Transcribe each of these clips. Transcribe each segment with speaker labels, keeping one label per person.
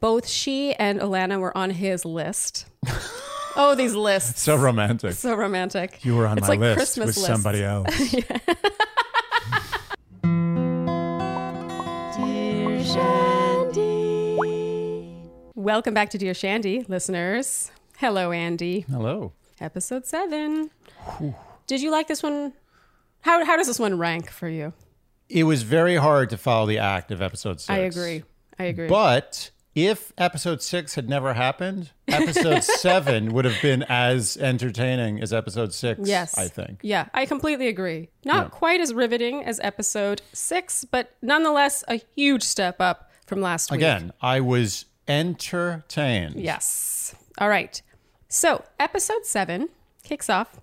Speaker 1: both she and Alana were on his list. oh, these lists.
Speaker 2: So romantic.
Speaker 1: So romantic.
Speaker 2: You were on
Speaker 1: it's
Speaker 2: my
Speaker 1: like
Speaker 2: list
Speaker 1: Christmas
Speaker 2: with
Speaker 1: lists.
Speaker 2: somebody else.
Speaker 1: Welcome back to Dear Shandy, listeners. Hello, Andy.
Speaker 2: Hello.
Speaker 1: Episode seven. Did you like this one? How, how does this one rank for you?
Speaker 2: It was very hard to follow the act of episode six.
Speaker 1: I agree. I agree.
Speaker 2: But if episode six had never happened, episode seven would have been as entertaining as episode six.
Speaker 1: yes.
Speaker 2: I think.
Speaker 1: Yeah, I completely agree. Not quite as riveting as episode six, but nonetheless a huge step up from last week.
Speaker 2: Again, I was entertained.
Speaker 1: Yes. All right. So, episode seven kicks off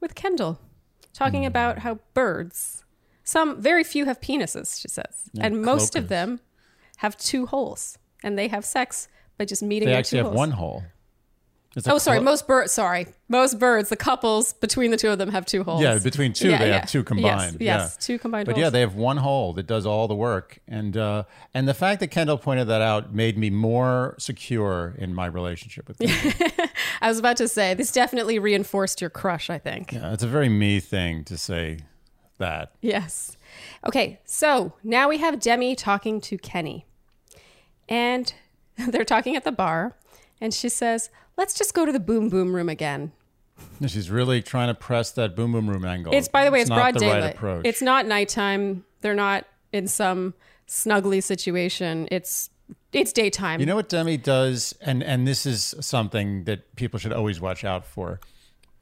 Speaker 1: with Kendall talking
Speaker 2: Hmm.
Speaker 1: about how birds, some very few have penises, she says, and most of
Speaker 2: cloakers.
Speaker 1: them have two holes and they have sex by just meeting
Speaker 2: They
Speaker 1: their
Speaker 2: actually
Speaker 1: two
Speaker 2: have
Speaker 1: holes.
Speaker 2: one hole. It's a
Speaker 1: Oh, sorry.
Speaker 2: clo-
Speaker 1: Most birds, sorry. Most birds, the couples between the two of them have two holes.
Speaker 2: yeah, between two,
Speaker 1: Yeah,
Speaker 2: they
Speaker 1: yeah.
Speaker 2: have two combined.
Speaker 1: Yes,
Speaker 2: yeah.
Speaker 1: yes, two combined
Speaker 2: But
Speaker 1: holes.
Speaker 2: yeah, they have one hole that does all the work, and uh, and the fact that Kendall pointed that out made me more secure in my relationship with. Kendall.
Speaker 1: I was about to say, this definitely reinforced your crush, I think.
Speaker 2: yeah, it's a very me thing to say that.
Speaker 1: Yes. Okay, so now we have Demi talking to Kenny. And they're talking at the bar, and she says, Let's just go to the boom boom room again.
Speaker 2: She's really trying to press that boom boom room angle.
Speaker 1: It's by the way, it's,
Speaker 2: not
Speaker 1: broad
Speaker 2: the
Speaker 1: daylight.
Speaker 2: Right approach.
Speaker 1: It's not nighttime. They're not in some snuggly situation. It's it's daytime.
Speaker 2: You know what Demi does, and and this is something that people should always watch out for.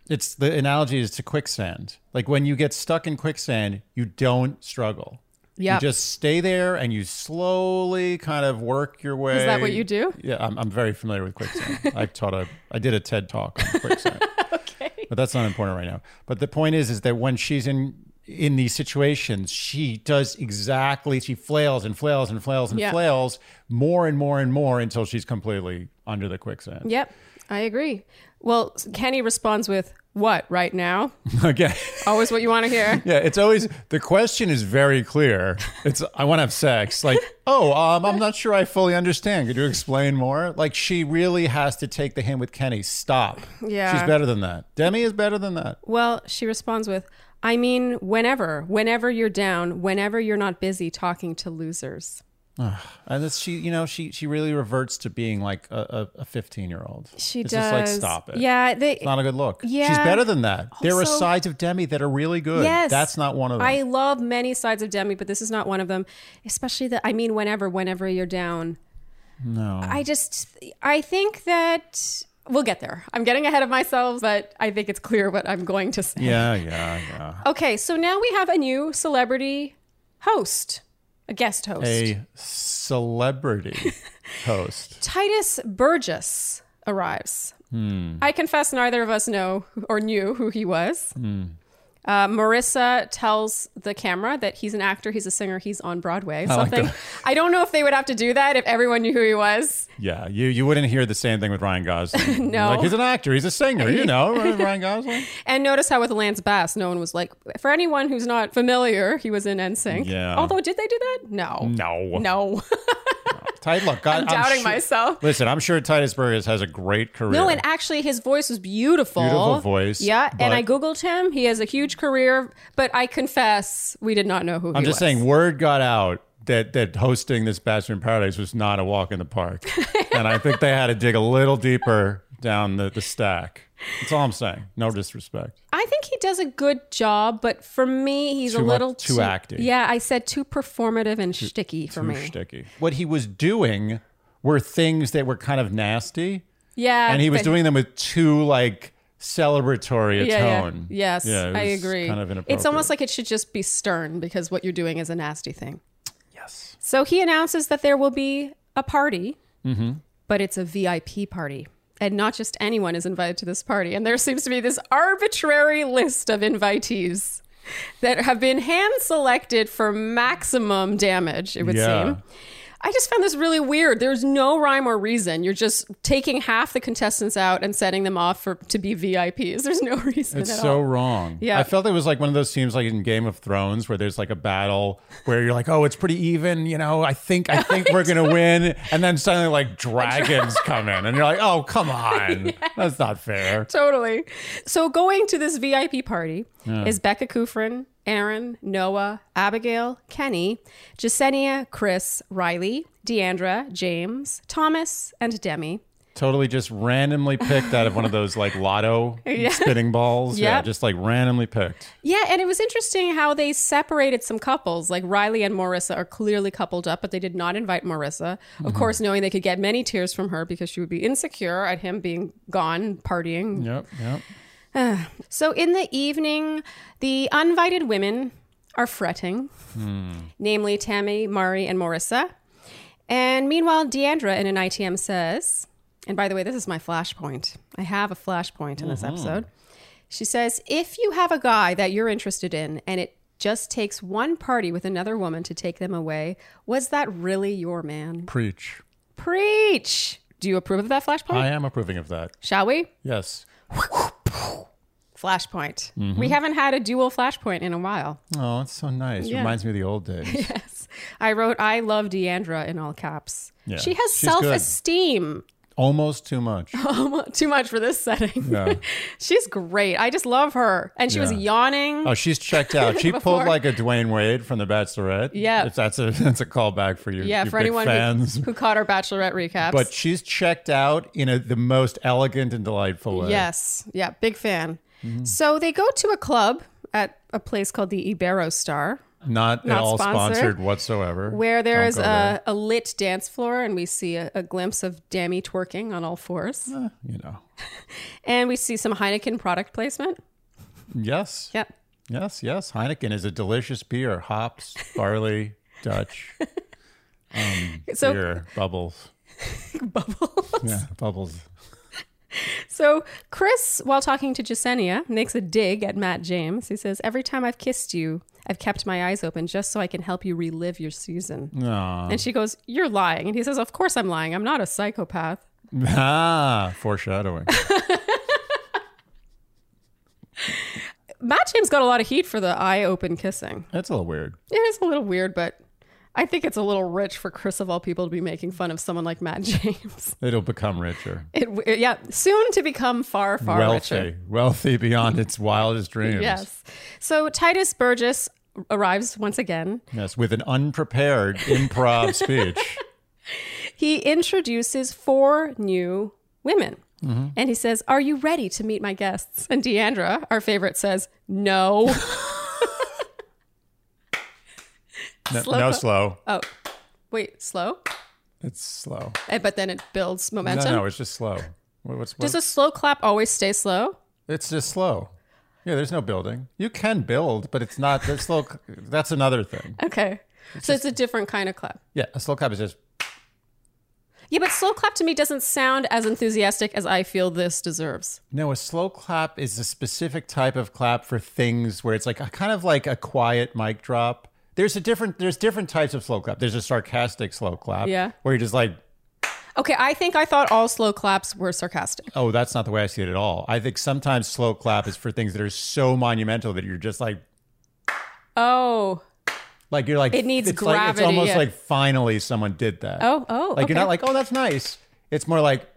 Speaker 2: It's the analogy is to quicksand. Like when you get stuck in quicksand, you don't struggle.
Speaker 1: Yep.
Speaker 2: You just stay there and you slowly kind of work your way.
Speaker 1: that what you do?
Speaker 2: Yeah, I'm, I'm very familiar with quicksand. I've taught a, I did a TED talk on quicksand. okay. But that's not important right now. But the point is, is that when she's in in these situations, she does exactly. She flails and flails and flails and
Speaker 1: Yeah.
Speaker 2: flails more and more and more until she's completely under the quicksand.
Speaker 1: Yep, I agree. Well, Kenny responds with, What, right now?
Speaker 2: Again.
Speaker 1: Always what you want to hear.
Speaker 2: Yeah, it's always the question is very clear. It's I want to have sex. Like, oh, um, I'm not sure I fully understand. Could you explain more? Like, she really has to take the hint with Kenny. Stop.
Speaker 1: Yeah.
Speaker 2: she's better than that. Demi is better than that.
Speaker 1: Well, she responds with, I mean, whenever, whenever you're down, whenever you're not busy talking to losers.
Speaker 2: And that's she, you know, she she really reverts to being like a a- a 15 year old.
Speaker 1: She
Speaker 2: it's
Speaker 1: does.
Speaker 2: just like stop it.
Speaker 1: Yeah, they.
Speaker 2: Not a good look. She's
Speaker 1: Yeah.
Speaker 2: better than that. there are
Speaker 1: Also-
Speaker 2: sides of Demi that are really good.
Speaker 1: Yes.
Speaker 2: That's not one of them.
Speaker 1: I love many sides of Demi, but this is not one of them. Especially the, I mean, whenever, whenever you're down.
Speaker 2: no.
Speaker 1: I just, I think that we'll get there. I'm getting ahead of myself, but I think it's clear what I'm going to say.
Speaker 2: yeah, yeah, yeah.
Speaker 1: Okay, so now we have a new celebrity host, a guest host.
Speaker 2: A celebrity host.
Speaker 1: Titus Burgess arrives.
Speaker 2: Hmm.
Speaker 1: I confess neither of us know or knew who he was.
Speaker 2: Hmm.
Speaker 1: Uh, Marissa tells the camera that he's an actor, he's a singer, he's on
Speaker 2: Oh
Speaker 1: Broadway. Something. I don't know if they would have to do that if everyone knew who he was.
Speaker 2: Yeah, you you wouldn't hear the same thing with Ryan Gosling.
Speaker 1: No.
Speaker 2: like he's an actor, he's a singer, you know, Ryan Gosling.
Speaker 1: And notice how with Lance Bass, no one was like, for anyone who's not familiar, he was in NSYNC.
Speaker 2: Yeah.
Speaker 1: Although, did they do that? No.
Speaker 2: No,
Speaker 1: No.
Speaker 2: Ty, look, I, I'm,
Speaker 1: doubting
Speaker 2: sure-
Speaker 1: myself.
Speaker 2: Listen, I'm sure Titus Burgess has a great career.
Speaker 1: No, and actually, his voice was beautiful.
Speaker 2: Beautiful voice,
Speaker 1: Yeah,
Speaker 2: but-
Speaker 1: and I googled him. He has a huge career, but I confess we did not know who.
Speaker 2: I'm just saying, word got out that that hosting this Bachelor in Paradise was not a walk in the park, and I think they had to dig a little deeper down the, the stack. That's all I'm saying. No disrespect.
Speaker 1: I think he does a good job, but for me, he's a
Speaker 2: Too much-
Speaker 1: little
Speaker 2: too acting.
Speaker 1: Yeah, I said too performative and shticky for
Speaker 2: Too
Speaker 1: me.
Speaker 2: shticky. What he was doing were things that were kind of nasty.
Speaker 1: Yeah,
Speaker 2: and he was
Speaker 1: but-
Speaker 2: doing them with too like celebratory a
Speaker 1: Yeah,
Speaker 2: tone.
Speaker 1: yeah. Yes,
Speaker 2: Yeah, it
Speaker 1: I
Speaker 2: was
Speaker 1: agree.
Speaker 2: Kind of inappropriate.
Speaker 1: it's almost like it should just be stern because what you're doing is a nasty thing.
Speaker 2: yes.
Speaker 1: So he announces that there will be a party,
Speaker 2: Mm-hmm.
Speaker 1: but it's a VIP party. And not just anyone is invited to this party. And there seems to be this arbitrary list of invitees that have been hand selected for maximum damage, it would
Speaker 2: Yeah.
Speaker 1: seem. I just found this really weird. There's no rhyme or reason. You're just taking half the contestants out and setting them off for to be VIPs. There's no reason
Speaker 2: It's
Speaker 1: at
Speaker 2: so
Speaker 1: all.
Speaker 2: wrong.
Speaker 1: Yeah.
Speaker 2: I felt it was like one of those teams like in Game of Thrones where there's like a battle where you're like, oh, it's pretty even, you know, I think I think we're gonna win. And then suddenly like dragons come in and you're like, oh come on. That's not fair.
Speaker 1: Totally. So going to this VIP party is Becca Kufrin, Aaron, Noah, Abigail, Kenny, Jasenia, Chris, Riley, Deandra, James, Thomas, and Demi.
Speaker 2: Totally just randomly picked out of one of those like lotto spinning balls. Yeah,
Speaker 1: Yep.
Speaker 2: just like randomly picked.
Speaker 1: Yeah, and it was interesting how they separated some couples. Like Riley and Marissa are clearly coupled up, but they did not invite Marissa. Of course, knowing they could get many tears from her because she would be insecure at him being gone partying
Speaker 2: Yep, yep.
Speaker 1: So in the evening, the uninvited women are fretting, namely Tammy, Mari, and Marissa. And meanwhile, Deandra in an ITM says, and by the way, this is my flashpoint. I have a flashpoint in this episode. She says, if you have a guy that you're interested in and it just takes one party with another woman to take them away, was that really your man?
Speaker 2: Preach.
Speaker 1: Preach! Do you approve of that flashpoint?
Speaker 2: I am approving of that.
Speaker 1: Shall we?
Speaker 2: Yes.
Speaker 1: Flashpoint. We haven't had a dual flashpoint in a while.
Speaker 2: Oh, it's so nice. Reminds me of the old days.
Speaker 1: Yes. I wrote, I love Deandra in all caps.
Speaker 2: Yeah.
Speaker 1: She has
Speaker 2: She's good.
Speaker 1: self esteem.
Speaker 2: Almost too much.
Speaker 1: um, Too much for this setting.
Speaker 2: Yeah.
Speaker 1: She's great. I just love her. And she was
Speaker 2: Yeah.
Speaker 1: yawning.
Speaker 2: Oh, she's checked out. She
Speaker 1: Before.
Speaker 2: pulled like a Dwayne Wade from The Bachelorette.
Speaker 1: Yeah.
Speaker 2: if that's a that's a callback for you.
Speaker 1: yeah,
Speaker 2: you
Speaker 1: for
Speaker 2: big
Speaker 1: anyone
Speaker 2: fans.
Speaker 1: who, who caught our Bachelorette recaps.
Speaker 2: But she's checked out in a, the most elegant and delightful way.
Speaker 1: yes. Yeah, big fan.
Speaker 2: Mm-hmm.
Speaker 1: So they go to a club at a place called the Ibero Star.
Speaker 2: not,
Speaker 1: Not
Speaker 2: at all
Speaker 1: sponsored.
Speaker 2: sponsored, whatsoever.
Speaker 1: Where there
Speaker 2: Don't
Speaker 1: is
Speaker 2: go there.
Speaker 1: a, a lit dance floor, and we see a, a glimpse of Dammy twerking on all fours.
Speaker 2: you know,
Speaker 1: And we see some Heineken product placement.
Speaker 2: yes,
Speaker 1: Yep.
Speaker 2: yes, yes. Heineken is a delicious beer. Hops, barley, Dutch,
Speaker 1: So
Speaker 2: beer, bubbles.
Speaker 1: bubble.
Speaker 2: Yeah, bubbles.
Speaker 1: So Chris, while talking to Jasenia, makes a dig at Matt James. He says, "Every time I've kissed you, I've kept my eyes open just so I can help you relive your season."
Speaker 2: No.
Speaker 1: And she goes, "You're lying." And he says, "Of course I'm lying. I'm not a psychopath."
Speaker 2: Ah, foreshadowing.
Speaker 1: Matt James got a lot of heat for the eye open kissing.
Speaker 2: That's a little weird.
Speaker 1: It is a little weird, but I think it's a little rich for Chris of all people to be making fun of someone like Matt James.
Speaker 2: It'll become richer.
Speaker 1: It, yeah, soon to become far, far
Speaker 2: wealthy,
Speaker 1: richer.
Speaker 2: wealthy beyond its wildest dreams.
Speaker 1: Yes. So Titus Burgess arrives once again.
Speaker 2: Yes, with an unprepared improv speech.
Speaker 1: he introduces four new women.
Speaker 2: Mm-hmm.
Speaker 1: And he says, Are you ready to meet my guests? And Deandra, our favorite, says, No.
Speaker 2: No
Speaker 1: Slow
Speaker 2: slow.
Speaker 1: po- oh, wait, slow?
Speaker 2: It's slow.
Speaker 1: And, but then it builds
Speaker 2: No,
Speaker 1: momentum.
Speaker 2: no, it's just slow. What, what's what?
Speaker 1: Does a slow clap always stay slow?
Speaker 2: it's just slow. Yeah, there's no building. You can build, but it's not. That's slow. That's another thing.
Speaker 1: Okay. so it's a different kind of clap.
Speaker 2: Yeah, a slow clap is just.
Speaker 1: Yeah, but slow clap to me doesn't sound as enthusiastic as I feel this deserves.
Speaker 2: No, a slow clap is a specific type of clap for things where it's like a kind of like a quiet mic drop. There's a different. There's different types of slow clap. There's a sarcastic slow clap.
Speaker 1: Yeah.
Speaker 2: Where you're just like,
Speaker 1: Okay, I think I thought all slow claps were sarcastic.
Speaker 2: Oh, that's not the way I see it at all. I think sometimes slow clap is for things that are so monumental that you're just like,
Speaker 1: Oh.
Speaker 2: like you're like,
Speaker 1: It needs
Speaker 2: it's like-
Speaker 1: gravity,
Speaker 2: it's almost
Speaker 1: yeah.
Speaker 2: like finally someone did that.
Speaker 1: Oh, oh.
Speaker 2: like
Speaker 1: okay.
Speaker 2: you're not like, oh, that's nice. It's more like,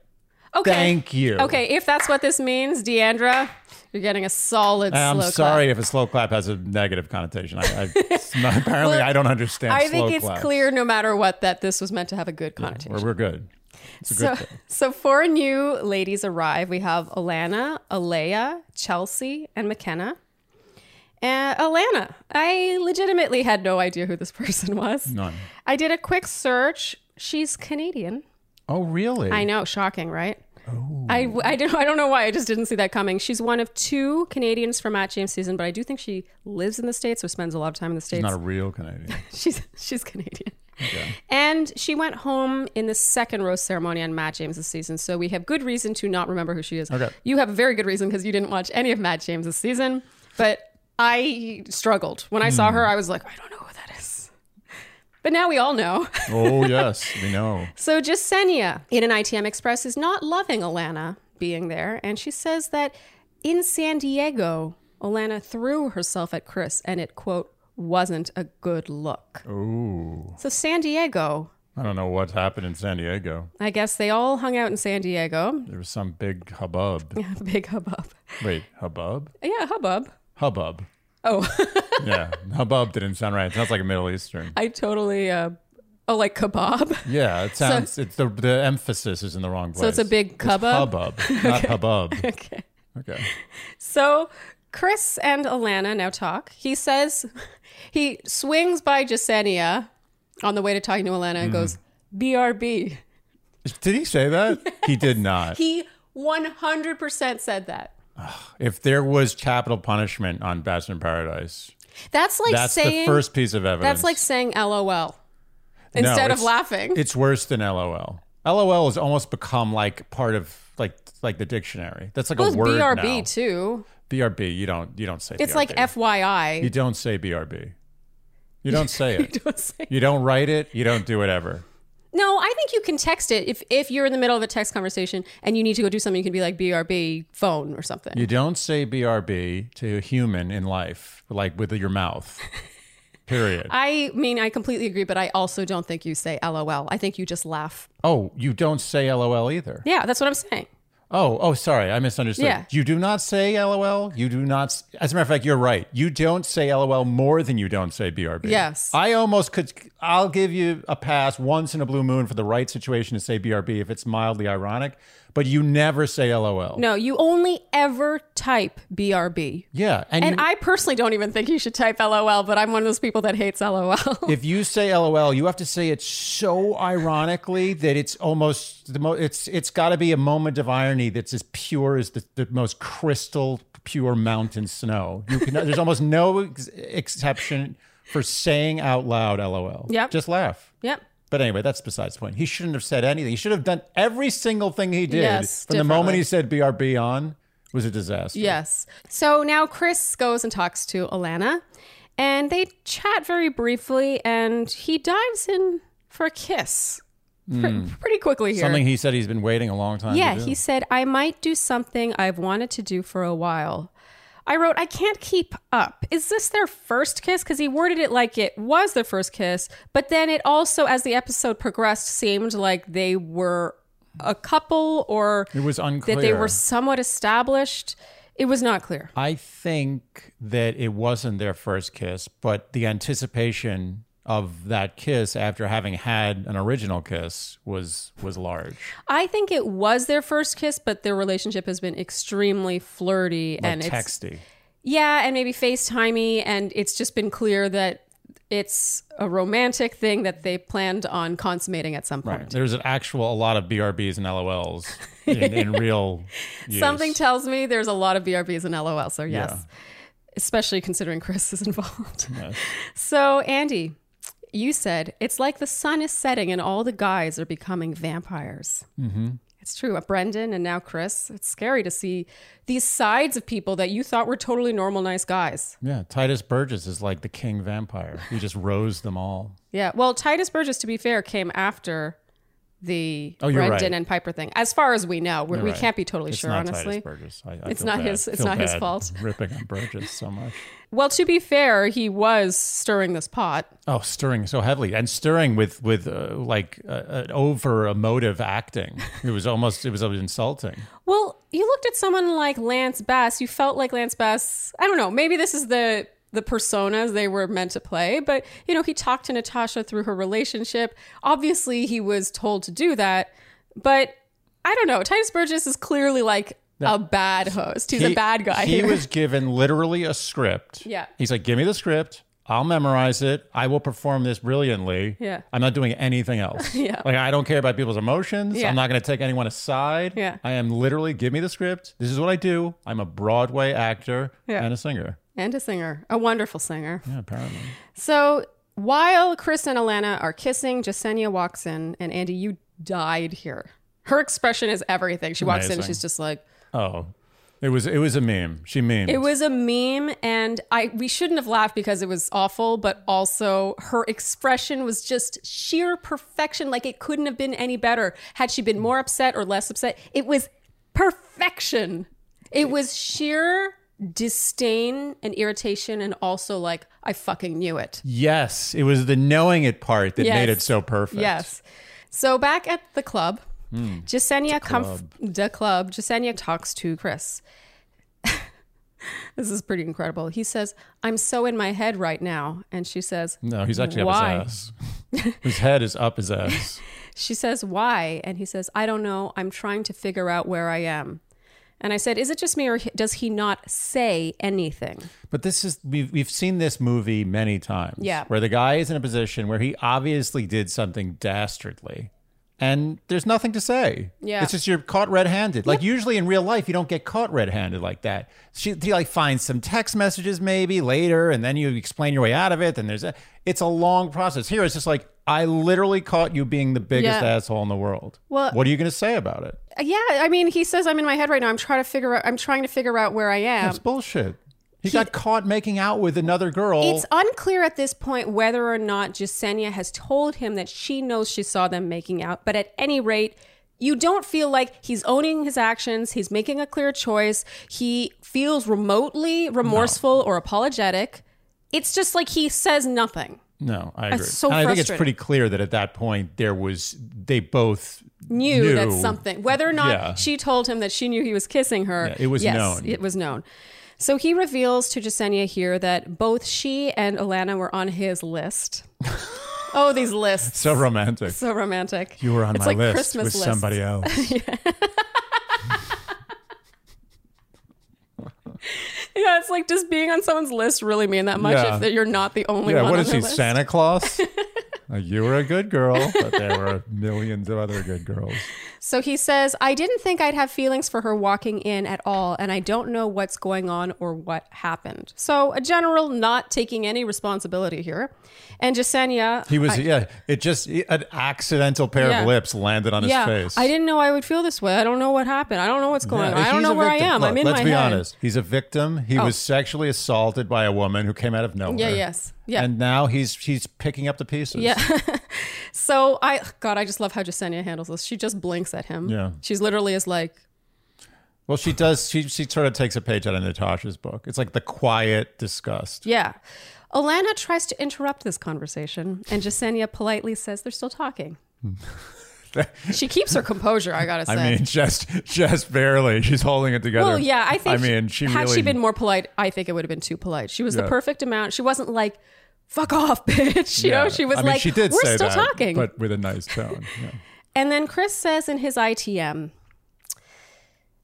Speaker 1: Okay.
Speaker 2: thank you.
Speaker 1: Okay, if that's what this means, Deandra, you're getting a solid
Speaker 2: And I'm
Speaker 1: slow
Speaker 2: sorry
Speaker 1: clap.
Speaker 2: if a slow clap has a negative connotation. I, I, it's not- apparently, I don't understand.
Speaker 1: I
Speaker 2: slow
Speaker 1: think it's
Speaker 2: claps.
Speaker 1: clear no matter what that this was meant to have a good connotation.
Speaker 2: We're, we're good. It's a
Speaker 1: so,
Speaker 2: good thing.
Speaker 1: so four new ladies arrive. We have Alana, Alea, Chelsea, and McKenna. Uh, Alana, I legitimately had no idea who this person was.
Speaker 2: None.
Speaker 1: I did a quick search. She's Canadian.
Speaker 2: Oh, really?
Speaker 1: I know, shocking, right?
Speaker 2: Oh.
Speaker 1: I, I, don't, I don't know why. I just didn't see that coming. She's one of two Canadians from Matt James season, but I do think she lives in the States or spends a lot of time in the States.
Speaker 2: She's not a real Canadian.
Speaker 1: she's, she's Canadian. And she went home in the second roast ceremony on Matt James' season. So we have good reason to not remember who she is.
Speaker 2: Okay.
Speaker 1: You have very good reason because you didn't watch any of Matt James' season. But I struggled. When I saw her, I was like, I don't know who that is. But now we all know.
Speaker 2: Oh, yes, we know.
Speaker 1: So Jasenia in an ITM Express is not loving Alana being there, and she says that in San Diego, Alana threw herself at Chris and it quote wasn't a good look.
Speaker 2: Ooh.
Speaker 1: So San Diego,
Speaker 2: I don't know what happened in San Diego.
Speaker 1: I guess they all hung out in San Diego.
Speaker 2: There was some big hubbub.
Speaker 1: Big hubbub.
Speaker 2: Wait, hubbub?
Speaker 1: Yeah, hubbub.
Speaker 2: Hubbub.
Speaker 1: Oh,
Speaker 2: Yeah, hubbub didn't sound right. It sounds like a Middle Eastern.
Speaker 1: I totally uh oh like kebab.
Speaker 2: Yeah, it sounds. it's the the emphasis is in the wrong place.
Speaker 1: So it's a big hubbub.
Speaker 2: hubbub, not hubbub.
Speaker 1: Okay.
Speaker 2: Okay.
Speaker 1: So Chris and Alana now talk. He says he swings by Jasenia on the way to talking to Alana
Speaker 2: Mm-hmm.
Speaker 1: and goes, BRB.
Speaker 2: Did he say that? He did not.
Speaker 1: He 100% said that.
Speaker 2: If there was capital punishment on Bachelor in Paradise,
Speaker 1: That's like
Speaker 2: that's
Speaker 1: saying
Speaker 2: the first piece of evidence.
Speaker 1: that's like saying LOL
Speaker 2: No,
Speaker 1: instead of
Speaker 2: it's-
Speaker 1: laughing.
Speaker 2: It's worse than LOL. LOL has almost become like part of like like the dictionary. That's like
Speaker 1: It was
Speaker 2: a word
Speaker 1: BRB
Speaker 2: now.
Speaker 1: too.
Speaker 2: BRB. You don't you don't say.
Speaker 1: It's
Speaker 2: BRB.
Speaker 1: like
Speaker 2: You
Speaker 1: FYI.
Speaker 2: don't say BRB. You don't say it.
Speaker 1: Don't say-
Speaker 2: you don't write it. You don't do it ever.
Speaker 1: No, I think you can text it if, if you're in the middle of a text conversation and you need to go do something. You can be like BRB phone or something.
Speaker 2: You don't say BRB to a human in life, like with your mouth. Period.
Speaker 1: I mean, I completely agree, but I also don't think you say LOL. I think you just laugh.
Speaker 2: Oh, you don't say LOL either.
Speaker 1: Yeah, that's what I'm saying.
Speaker 2: Oh, oh, sorry, I misunderstood.
Speaker 1: Yeah.
Speaker 2: You do not say LOL. You do not. s- As a matter of fact, you're right. You don't say LOL more than you don't say BRB.
Speaker 1: Yes.
Speaker 2: I almost could. I'll give you a pass once in a blue moon for the right situation to say BRB if it's mildly ironic, but you never say LOL.
Speaker 1: No, you only ever type BRB.
Speaker 2: Yeah, and,
Speaker 1: And
Speaker 2: you-
Speaker 1: I personally don't even think you should type LOL, but I'm one of those people that hates LOL.
Speaker 2: if you say LOL, you have to say it so ironically that it's almost the most. It's it's got to be a moment of irony that's as pure as the, the most crystal pure mountain snow. You can. there's almost no ex- exception for saying out loud LOL.
Speaker 1: Yep.
Speaker 2: Just laugh.
Speaker 1: yep.
Speaker 2: But anyway, that's besides the point. He shouldn't have said anything. He should have done every single thing he did
Speaker 1: Yes,
Speaker 2: from the moment
Speaker 1: differently.
Speaker 2: he said BRB on was a disaster.
Speaker 1: Yes. So now Chris goes and talks to Alana, and they chat very briefly, and he dives in for a kiss Pre- pretty quickly here.
Speaker 2: Hmm. Something he said he's been waiting a long time.
Speaker 1: Yeah,
Speaker 2: to do.
Speaker 1: he said, I might do something I've wanted to do for a while. I wrote, I can't keep up. Is this their first kiss? Because he worded it like it was their first kiss, but then it also, as the episode progressed, seemed like they were a couple or
Speaker 2: it was unclear
Speaker 1: that they were somewhat established. It was not clear.
Speaker 2: I think that it wasn't their first kiss, but the anticipation of that kiss after having had an original kiss was was large.
Speaker 1: I think it was their first kiss, but their relationship has been extremely flirty and it's
Speaker 2: Texty.
Speaker 1: Yeah, and maybe FaceTimey, and it's just been clear that it's a romantic thing that they planned on consummating at some point.
Speaker 2: There's an actual a lot of BRBs and LOLs in, in real use.
Speaker 1: Something tells me there's a lot of BRBs and LOL, so yes.
Speaker 2: Yeah.
Speaker 1: Especially considering Chris is involved. So, Andy, you said it's like the sun is setting and all the guys are becoming vampires. Mm-hmm. It's true. Uh, Brendan and now Chris. It's scary to see these sides of people that you thought were totally normal, nice guys.
Speaker 2: Yeah, Titus Burgess is like the king vampire. He just rose them all.
Speaker 1: Yeah. Well, Titus Burgess, to be fair, came after the
Speaker 2: Oh, you're
Speaker 1: Brendan
Speaker 2: right.
Speaker 1: and Piper thing. As far as we know, we, we
Speaker 2: right.
Speaker 1: can't be totally
Speaker 2: It's
Speaker 1: sure,
Speaker 2: not
Speaker 1: honestly.
Speaker 2: Titus Burgess. I, I
Speaker 1: It's
Speaker 2: feel
Speaker 1: not
Speaker 2: bad.
Speaker 1: his- it's
Speaker 2: Feel
Speaker 1: not his
Speaker 2: bad
Speaker 1: fault.
Speaker 2: Ripping on Burgess so much.
Speaker 1: Well, to be fair, he was stirring this pot.
Speaker 2: Oh, stirring so heavily and stirring with with uh, like uh, an over emotive acting. It was almost it was insulting.
Speaker 1: Well, you looked at someone like Lance Bass. You felt like Lance Bass. I don't know. Maybe this is the the personas they were meant to play, but you know, he talked to Natasha through her relationship. Obviously, he was told to do that, but I don't know. Titus Burgess is clearly like a bad host. He's a bad guy.
Speaker 2: He
Speaker 1: here.
Speaker 2: was given literally a script.
Speaker 1: Yeah.
Speaker 2: He's like, give me the script. I'll memorize it. I will perform this brilliantly.
Speaker 1: Yeah.
Speaker 2: I'm not doing anything else.
Speaker 1: Yeah.
Speaker 2: Like I don't care about people's emotions.
Speaker 1: Yeah.
Speaker 2: I'm not going to take anyone aside.
Speaker 1: Yeah.
Speaker 2: I am literally give me the script. This is what I do. I'm a Broadway actor
Speaker 1: Yeah.
Speaker 2: and a singer.
Speaker 1: And a singer, a wonderful singer.
Speaker 2: Yeah, apparently.
Speaker 1: So while Chris and Alana are kissing, Jasenia walks in, and Andy, you died here. Her expression is everything. She walks in and
Speaker 2: Amazing.
Speaker 1: she's just like,
Speaker 2: Oh. It was it was a meme. She memed.
Speaker 1: It was a meme, and I we shouldn't have laughed because it was awful, but also her expression was just sheer perfection. Like it couldn't have been any better. Had she been more upset or less upset, it was perfection. It was sheer disdain and irritation, and also like I fucking knew it.
Speaker 2: yes, it was the knowing it part that made
Speaker 1: Yes.
Speaker 2: it so perfect.
Speaker 1: Yes. So back at the club, Jasenia comes the club. Jasenia talks to Chris. this is pretty incredible. He says, "I'm so in my head right now," and she says,
Speaker 2: No, he's actually
Speaker 1: Why?
Speaker 2: up his ass. his head is up his ass.
Speaker 1: She says, Why? And he says, I don't know. I'm trying to figure out where I am. And I said, Is it just me or he- does he not say anything?
Speaker 2: But this is we've we've seen this movie many times.
Speaker 1: Yeah.
Speaker 2: Where the guy is in a position where he obviously did something dastardly. And there's nothing to say.
Speaker 1: Yeah.
Speaker 2: It's just you're caught red-handed. Like usually in real life, you don't get caught red-handed like that. She he like finds some text messages maybe later, and then you explain your way out of it. And there's a it's a long process. Here it's just like I literally caught you being the biggest
Speaker 1: Yeah.
Speaker 2: asshole in the world.
Speaker 1: Well-
Speaker 2: what are you going to say about it?
Speaker 1: Uh, Yeah, I mean, he says, I'm in my head right now. I'm trying to figure out, I'm trying to figure out where I am.
Speaker 2: That's bullshit. He, got caught making out with another girl.
Speaker 1: It's unclear at this point whether or not Jasenia has told him that she knows she saw them making out, but at any rate, you don't feel like he's owning his actions, he's making a clear choice, he feels remotely remorseful or apologetic. It's just like he says nothing.
Speaker 2: No, I agree.
Speaker 1: so
Speaker 2: and I think it's
Speaker 1: frustrating.
Speaker 2: pretty clear that at that point there was they both
Speaker 1: knew,
Speaker 2: knew
Speaker 1: that something whether or not
Speaker 2: Yeah.
Speaker 1: she told him that she knew he was kissing her
Speaker 2: Yeah, it was
Speaker 1: yes,
Speaker 2: known.
Speaker 1: it was known so he reveals to Jasenia here that both she and Alana were on his list oh these lists
Speaker 2: So romantic.
Speaker 1: so romantic
Speaker 2: You were on
Speaker 1: it's
Speaker 2: my
Speaker 1: like
Speaker 2: list
Speaker 1: Christmas
Speaker 2: with
Speaker 1: lists.
Speaker 2: somebody else.
Speaker 1: yeah it's like does being on someone's list really mean that much
Speaker 2: Yeah.
Speaker 1: if that you're not the only
Speaker 2: yeah,
Speaker 1: one
Speaker 2: what
Speaker 1: on
Speaker 2: is
Speaker 1: their
Speaker 2: he,
Speaker 1: list?
Speaker 2: Santa Claus? Like, you were a good girl, but there were millions of other good girls.
Speaker 1: So he says, I didn't think I'd have feelings for her walking in at all, and I don't know what's going on or what happened. So a general not taking any responsibility here. And Jasenia,
Speaker 2: He was yeah. It just an accidental pair
Speaker 1: Yeah.
Speaker 2: of lips landed on
Speaker 1: yeah,
Speaker 2: his face.
Speaker 1: I didn't know I would feel this way. I don't know what happened. I don't know what's going on.
Speaker 2: Yeah,
Speaker 1: I don't
Speaker 2: he's
Speaker 1: know
Speaker 2: a
Speaker 1: where I
Speaker 2: victim.
Speaker 1: am.
Speaker 2: Look,
Speaker 1: I'm in
Speaker 2: let's
Speaker 1: my
Speaker 2: be
Speaker 1: head. Oh.
Speaker 2: honest. He's a victim. He was sexually assaulted by a woman who came out of nowhere.
Speaker 1: Yeah, yes. Yeah.
Speaker 2: Uh, And now he's he's picking up the pieces. Yeah.
Speaker 1: So I, God, I just love how Jasenia handles this. She just blinks at him.
Speaker 2: Yeah.
Speaker 1: She's literally is like,
Speaker 2: Well, she does. She she sort of takes a page out of Natasha's book. It's like the quiet disgust.
Speaker 1: Yeah. Alana tries to interrupt this conversation, and Jasenia politely says they're still talking. she keeps her composure, I gotta say.
Speaker 2: I mean, just just barely. She's holding it together.
Speaker 1: well, yeah, I think.
Speaker 2: I mean, she
Speaker 1: had
Speaker 2: really.
Speaker 1: she been more polite, I think it would have been too polite. She was the
Speaker 2: Yeah.
Speaker 1: perfect amount. She wasn't like, "Fuck off, bitch." You know,
Speaker 2: yeah.
Speaker 1: she was
Speaker 2: I mean,
Speaker 1: like,
Speaker 2: she did
Speaker 1: "We're
Speaker 2: say
Speaker 1: still
Speaker 2: that,
Speaker 1: talking."
Speaker 2: but with a nice tone. Yeah.
Speaker 1: And then Chris says in his ITM,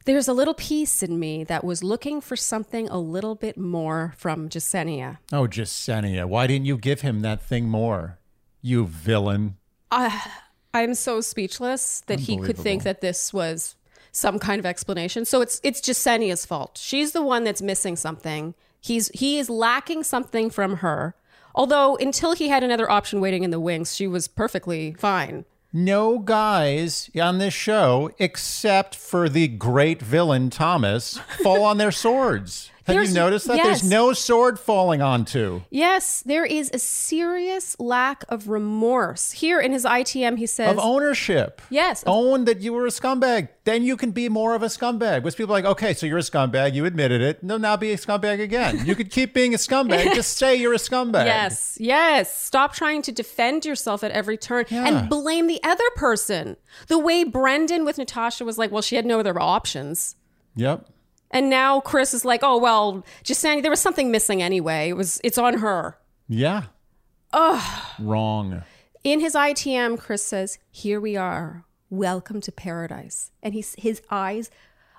Speaker 1: there's a little piece in me that was looking for something a little bit more from Jasenia.
Speaker 2: Oh, Jasenia, why didn't you give him that thing more? You villain.
Speaker 1: I'm so speechless that he could think
Speaker 2: Unbelievable.
Speaker 1: that this was some kind of explanation. So it's it's Jasenia's fault. She's the one that's missing something. He's he is lacking something from her. Although until he had another option waiting in the wings, she was perfectly fine.
Speaker 2: No guys on this show, except for the great villain Thomas, fall on their swords. Have
Speaker 1: There's-
Speaker 2: you noticed that?
Speaker 1: yes.
Speaker 2: There's no sword falling onto.
Speaker 1: Yes, there is a serious lack of remorse. Here in his ITM he says
Speaker 2: of ownership.
Speaker 1: Yes.
Speaker 2: Own that you were a scumbag. Then you can be more of a scumbag. Which people are like, okay, so you're a scumbag. You admitted it. No, now be a scumbag again. You could keep being a scumbag. Just say you're a scumbag.
Speaker 1: Yes, yes. Stop trying to defend yourself at every turn
Speaker 2: Yeah.
Speaker 1: and blame the other person. The way Brendan with Natasha was like, well, she had no other options.
Speaker 2: Yep.
Speaker 1: And now Chris is like, oh well, just saying there was something missing anyway. It was it's on her.
Speaker 2: Yeah. Ugh. Wrong.
Speaker 1: In his ITM, Chris says, "Here we are. Welcome to paradise." And he's his eyes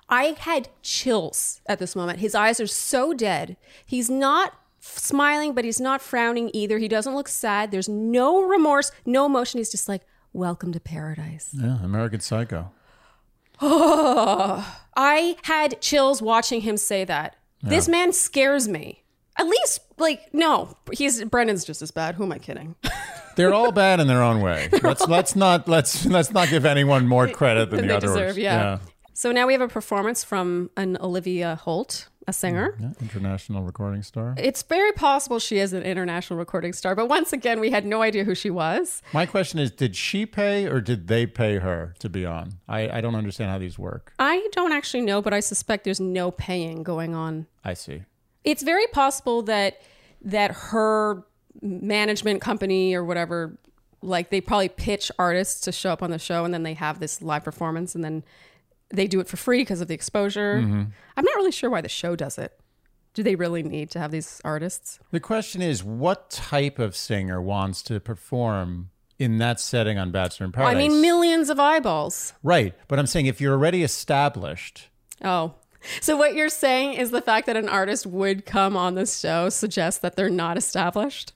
Speaker 1: I had chills at this moment. His eyes are so dead. He's not f- smiling, but he's not frowning either. He doesn't look sad. There's no remorse, no emotion. He's just like, "Welcome to paradise."
Speaker 2: Yeah. American Psycho.
Speaker 1: I had chills watching him say that. This man scares me. At least, like, no, he's Brendan's just as bad. Who am I kidding?
Speaker 2: They're all bad in their own way. Let's let's not let's let's not give anyone more credit than
Speaker 1: Than
Speaker 2: the
Speaker 1: they
Speaker 2: other.
Speaker 1: deserve, yeah. So now we have a performance from an Olivia Holt, a singer.
Speaker 2: Yeah, international recording star.
Speaker 1: It's very possible she is an international recording star, but once again, we had no idea who she was.
Speaker 2: My question is Did she pay or did they pay her to be on? I, I don't understand how these work.
Speaker 1: I don't actually know, but I suspect there's no paying going on.
Speaker 2: I see.
Speaker 1: It's very possible that that her management company or whatever like they probably pitch artists to show up on the show and then they have this live performance and then they do it for free because of the exposure. I'm not really sure why the show does it. Do they really need to have these artists?
Speaker 2: The question is what type of singer wants to perform in that setting on Bachelor in Paradise?
Speaker 1: I mean, millions of eyeballs.
Speaker 2: right. But I'm saying if you're already established,
Speaker 1: Oh. So what you're saying is the fact that an artist would come on this show suggests that they're not established?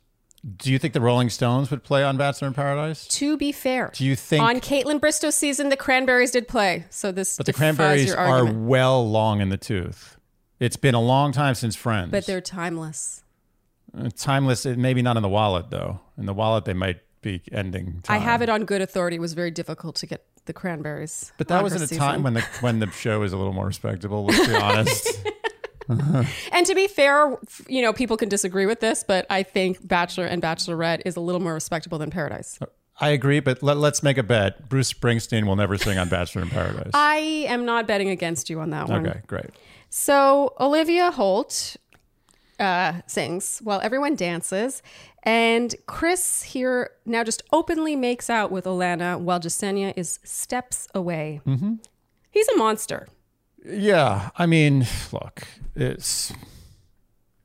Speaker 2: do you think the Rolling Stones would play on Bachelor in Paradise?
Speaker 1: To be fair.
Speaker 2: Do you think
Speaker 1: on Caitlin Bristow's season, the Cranberries did play. So this
Speaker 2: But the Cranberries
Speaker 1: your
Speaker 2: are
Speaker 1: argument.
Speaker 2: well long in the tooth. It's been a long time since Friends.
Speaker 1: But they're timeless.
Speaker 2: Uh, timeless. It maybe not in the wallet though. In the wallet, they might be ending. Time.
Speaker 1: I have it on good authority. It was very difficult to get the Cranberries.
Speaker 2: But that
Speaker 1: on
Speaker 2: was
Speaker 1: her
Speaker 2: at a
Speaker 1: season.
Speaker 2: time when the when the show was a little more respectable. Let's be honest.
Speaker 1: And to be fair, f- you know, people can disagree with this, but I think Bachelor and Bachelorette is a little more respectable than
Speaker 2: Oh.
Speaker 1: Paradise.
Speaker 2: I agree, but let, let's make a bet. Bruce Springsteen will never sing on Bachelor in Paradise.
Speaker 1: I am not betting against you on that one.
Speaker 2: okay, great.
Speaker 1: So Olivia Holt uh, sings while everyone dances, and Chris here now just openly makes out with Olana while Jasenia is steps away. He's a monster.
Speaker 2: Yeah, I mean, look, it's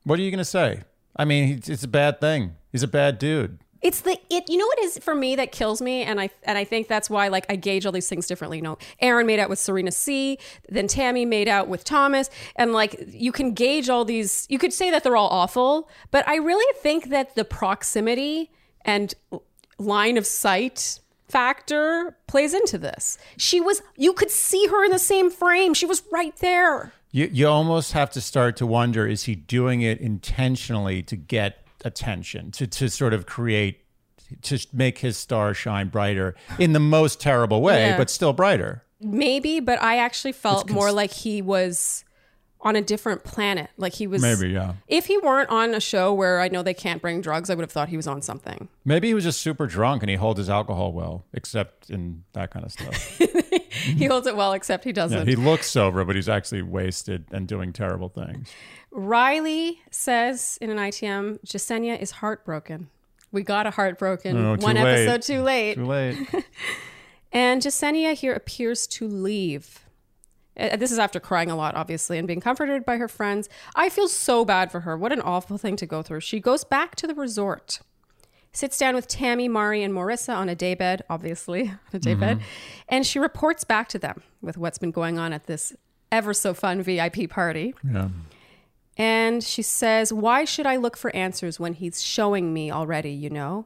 Speaker 2: what are you going to say? I mean, it's, it's a bad thing. He's a bad dude.
Speaker 1: It's the it. You know what is for me that kills me, and I and I think that's why like I gauge all these things differently. You know, Aaron made out with Serena C, then Tammy made out with Thomas, and like you can gauge all these. You could say that they're all awful, but I really think that the proximity and l- line of sight factor plays into this. She was you could see her in the same frame. She was right there.
Speaker 2: You you almost have to start to wonder: Is he doing it intentionally to get attention, to to sort of create, to make his star shine brighter in the most terrible way,
Speaker 1: Yeah.
Speaker 2: but still brighter?
Speaker 1: Maybe, but I actually felt more like he was on a different planet. Like he was
Speaker 2: Maybe, yeah.
Speaker 1: If he weren't on a show where I know they can't bring drugs, I would have thought he was on something.
Speaker 2: Maybe he was just super drunk and he holds his alcohol well, except in that kind of stuff.
Speaker 1: he holds it well, except he
Speaker 2: Yeah,
Speaker 1: doesn't.
Speaker 2: he looks sober, but he's actually wasted and doing terrible things.
Speaker 1: Riley says in an ITM, Jasenia is heartbroken. We got a heartbroken
Speaker 2: Oh, too
Speaker 1: one
Speaker 2: late.
Speaker 1: episode too late.
Speaker 2: Too late.
Speaker 1: And Jasenia here appears to leave. Uh, This is after crying a lot, obviously, and being comforted by her friends. I feel so bad for her. What an awful thing to go through. She goes back to the resort, sits down with Tammy, Mari, and Marissa on a daybed, obviously, on a daybed, and she reports back to them with what's been going on at this ever so fun VIP party.
Speaker 2: Yeah.
Speaker 1: And she says, Why should I look for answers when he's showing me already, you know?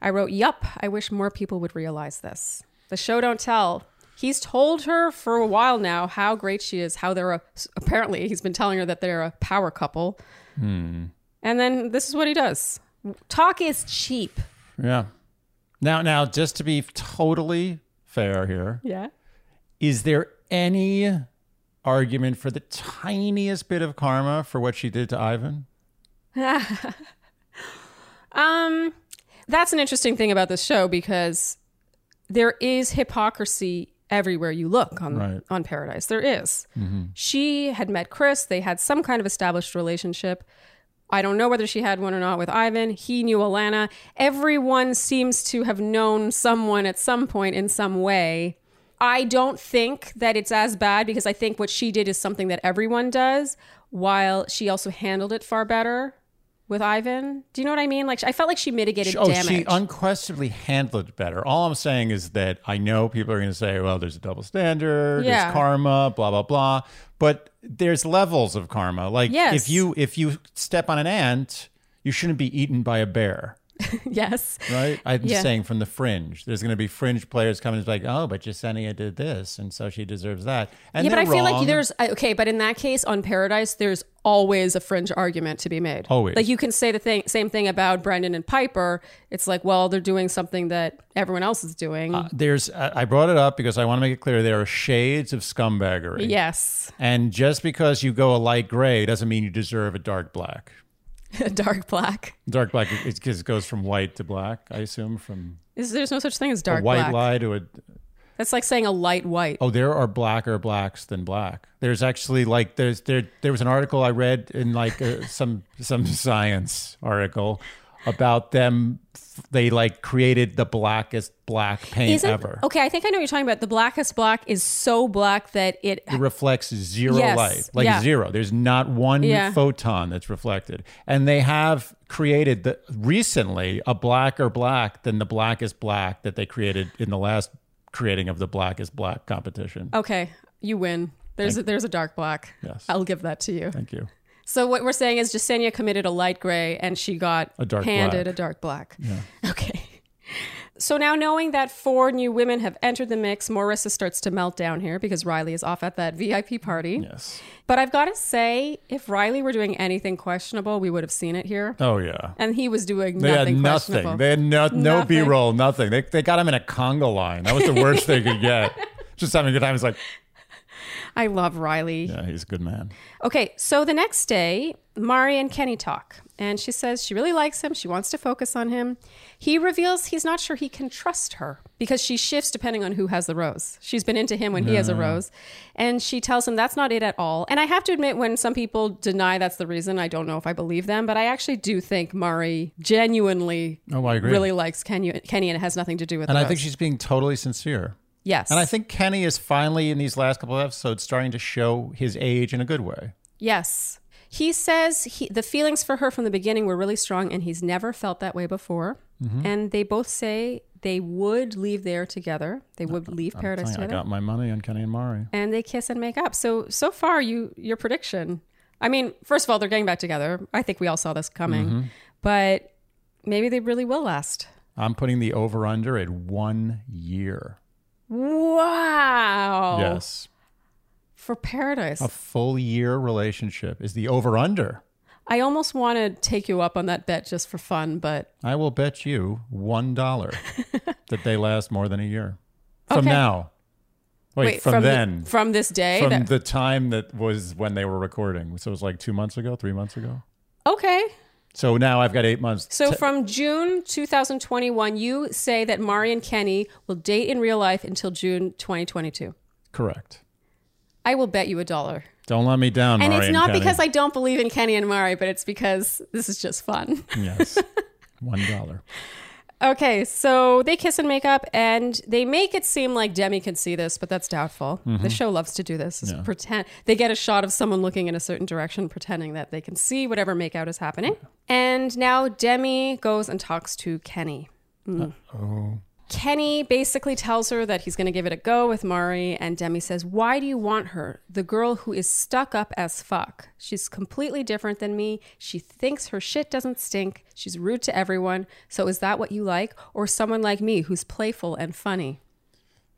Speaker 1: I wrote, Yup, I wish more people would realize this. The show don't tell. He's told her for a while now how great she is, how they're a, apparently, he's been telling her that they're a power couple. And then this is what he does talk is cheap.
Speaker 2: Yeah. Now, now, just to be totally fair here,
Speaker 1: Yeah.
Speaker 2: is there any argument for the tiniest bit of karma for what she did to Ivan?
Speaker 1: Um, that's an interesting thing about this show because there is hypocrisy everywhere you look on
Speaker 2: Right.
Speaker 1: on Paradise. There is. She had met Chris. They had some kind of established relationship. I don't know whether she had one or not with Ivan. He knew Alana. Everyone seems to have known someone at some point in some way. I don't think that it's as bad because I think what she did is something that everyone does, while she also handled it far better with Ivan. Do you know what I mean? Like I felt like she mitigated
Speaker 2: Oh,
Speaker 1: damage.
Speaker 2: she unquestionably handled it better. All I'm saying is that I know people are going to say, well, there's a double standard,
Speaker 1: Yeah.
Speaker 2: there's karma, blah blah blah, but there's levels of karma. Like
Speaker 1: Yes.
Speaker 2: if you if you step on an ant, you shouldn't be eaten by a bear.
Speaker 1: yes.
Speaker 2: right? I'm
Speaker 1: Yeah.
Speaker 2: saying from the fringe. There's going to be fringe players coming. It's like, oh, but Yesenia did this, and so she deserves that. And
Speaker 1: yeah, but I
Speaker 2: they're
Speaker 1: feel like
Speaker 2: wrong.
Speaker 1: there's I- okay, but in that case on Paradise, there's always a fringe argument to be made.
Speaker 2: Always.
Speaker 1: like you can say the thing, same thing about Brendan and Piper. It's like, well, they're doing something that everyone else is doing.
Speaker 2: Uh, there's. I I brought it up because I want to make it clear there are shades of scumbaggery.
Speaker 1: yes,
Speaker 2: And just because you go a light gray doesn't mean you deserve a dark black.
Speaker 1: dark black.
Speaker 2: Dark black is because it goes from white to black, I assume, from
Speaker 1: Is there's no such thing as dark
Speaker 2: a white
Speaker 1: black.
Speaker 2: lie to a.
Speaker 1: That's like saying a light white.
Speaker 2: Oh, there are blacker blacks than black. There's actually like there's there there was an article I read in like uh, some some science article about them. They like created the blackest black paint
Speaker 1: Isn't-
Speaker 2: ever.
Speaker 1: Okay, I think I know what you're talking about. The blackest black is so black that it
Speaker 2: it reflects zero
Speaker 1: Yes,
Speaker 2: light, like
Speaker 1: yeah.
Speaker 2: zero. There's not one
Speaker 1: Yeah.
Speaker 2: photon that's reflected. And they have created the, recently a blacker black than the blackest black that they created in the last creating of the blackest black competition.
Speaker 1: Okay, you win. There's a, there's a dark black.
Speaker 2: Yes.
Speaker 1: I'll give that to you.
Speaker 2: Thank you.
Speaker 1: So what we're saying is Jasenia committed a light gray and she got
Speaker 2: A dark
Speaker 1: handed
Speaker 2: black.
Speaker 1: a dark black. Okay. So now knowing that four new women have entered the mix, Marissa starts to melt down here because Riley is off at that VIP party.
Speaker 2: Yes.
Speaker 1: But I've got to say, if Riley were doing anything questionable, we would have seen it here.
Speaker 2: Oh yeah.
Speaker 1: And he was doing
Speaker 2: They
Speaker 1: nothing
Speaker 2: had
Speaker 1: questionable.
Speaker 2: nothing. They had no, no
Speaker 1: Nothing.
Speaker 2: B roll, nothing. They, they got him in a conga line. That was the worst they could get. Just having a good time. It's like,
Speaker 1: I love Riley.
Speaker 2: yeah, he's a good man.
Speaker 1: Okay, so the next day, Mari and Kenny talk, and she says she really likes him. She wants to focus on him. He reveals he's not sure he can trust her because she shifts depending on who has the rose. She's been into him when he has a rose, and she tells him that's not it at all. And I have to admit, when some people deny that's the reason, I don't know if I believe them, but I actually do think Mari genuinely
Speaker 2: Oh, I agree.
Speaker 1: really likes Kenny, Kenny and it has nothing to do with
Speaker 2: And
Speaker 1: the
Speaker 2: I
Speaker 1: rose.
Speaker 2: think she's being totally sincere.
Speaker 1: yes.
Speaker 2: And I think Kenny is finally in these last couple of episodes starting to show his age in a good way.
Speaker 1: Yes. He says he, the feelings for her from the beginning were really strong and he's never felt that way before.
Speaker 2: Mm-hmm.
Speaker 1: And they both say they would leave there together. They would leave paradise
Speaker 2: I
Speaker 1: together.
Speaker 2: got my money on Kenny and Mari.
Speaker 1: And they kiss and make up. So so far you your prediction. I mean, first of all, they're getting back together. I think we all saw this coming.
Speaker 2: Mm-hmm.
Speaker 1: But maybe they really will last.
Speaker 2: I'm putting the over under at one year.
Speaker 1: Wow.
Speaker 2: Yes.
Speaker 1: For paradise.
Speaker 2: A full year relationship is the over under.
Speaker 1: I almost want to take you up on that bet just for fun, but
Speaker 2: I will bet you $1 that they last more than a year from
Speaker 1: Okay.
Speaker 2: now. Wait, from,
Speaker 1: the-
Speaker 2: then.
Speaker 1: from this day.
Speaker 2: from
Speaker 1: that-
Speaker 2: the time that was when they were recording. So it was like two months ago, three months ago.
Speaker 1: okay.
Speaker 2: So now I've got eight months.
Speaker 1: So from June 2021, you say that Mari and Kenny will date in real life until June 2022.
Speaker 2: Correct.
Speaker 1: I will bet you a dollar.
Speaker 2: Don't let me down,
Speaker 1: And
Speaker 2: Mari
Speaker 1: it's not
Speaker 2: Kenny.
Speaker 1: because I don't believe in Kenny and Mari, but it's because this is just fun.
Speaker 2: Yes. One dollar.
Speaker 1: okay, so they kiss and make up, and they make it seem like Demi can see this, but that's doubtful.
Speaker 2: Mm-hmm.
Speaker 1: The show loves to do this. is Pretend they get a shot of someone looking in a certain direction, pretending that they can see whatever makeout is happening. And now Demi goes and talks to Kenny.
Speaker 2: Oh.
Speaker 1: Kenny basically tells her that he's going to give it a go with Mari, and Demi says, Why do you want her? The girl who is stuck up as fuck. She's completely different than me. She thinks her shit doesn't stink. She's rude to everyone. So is that what you like? Or someone like me who's playful and funny?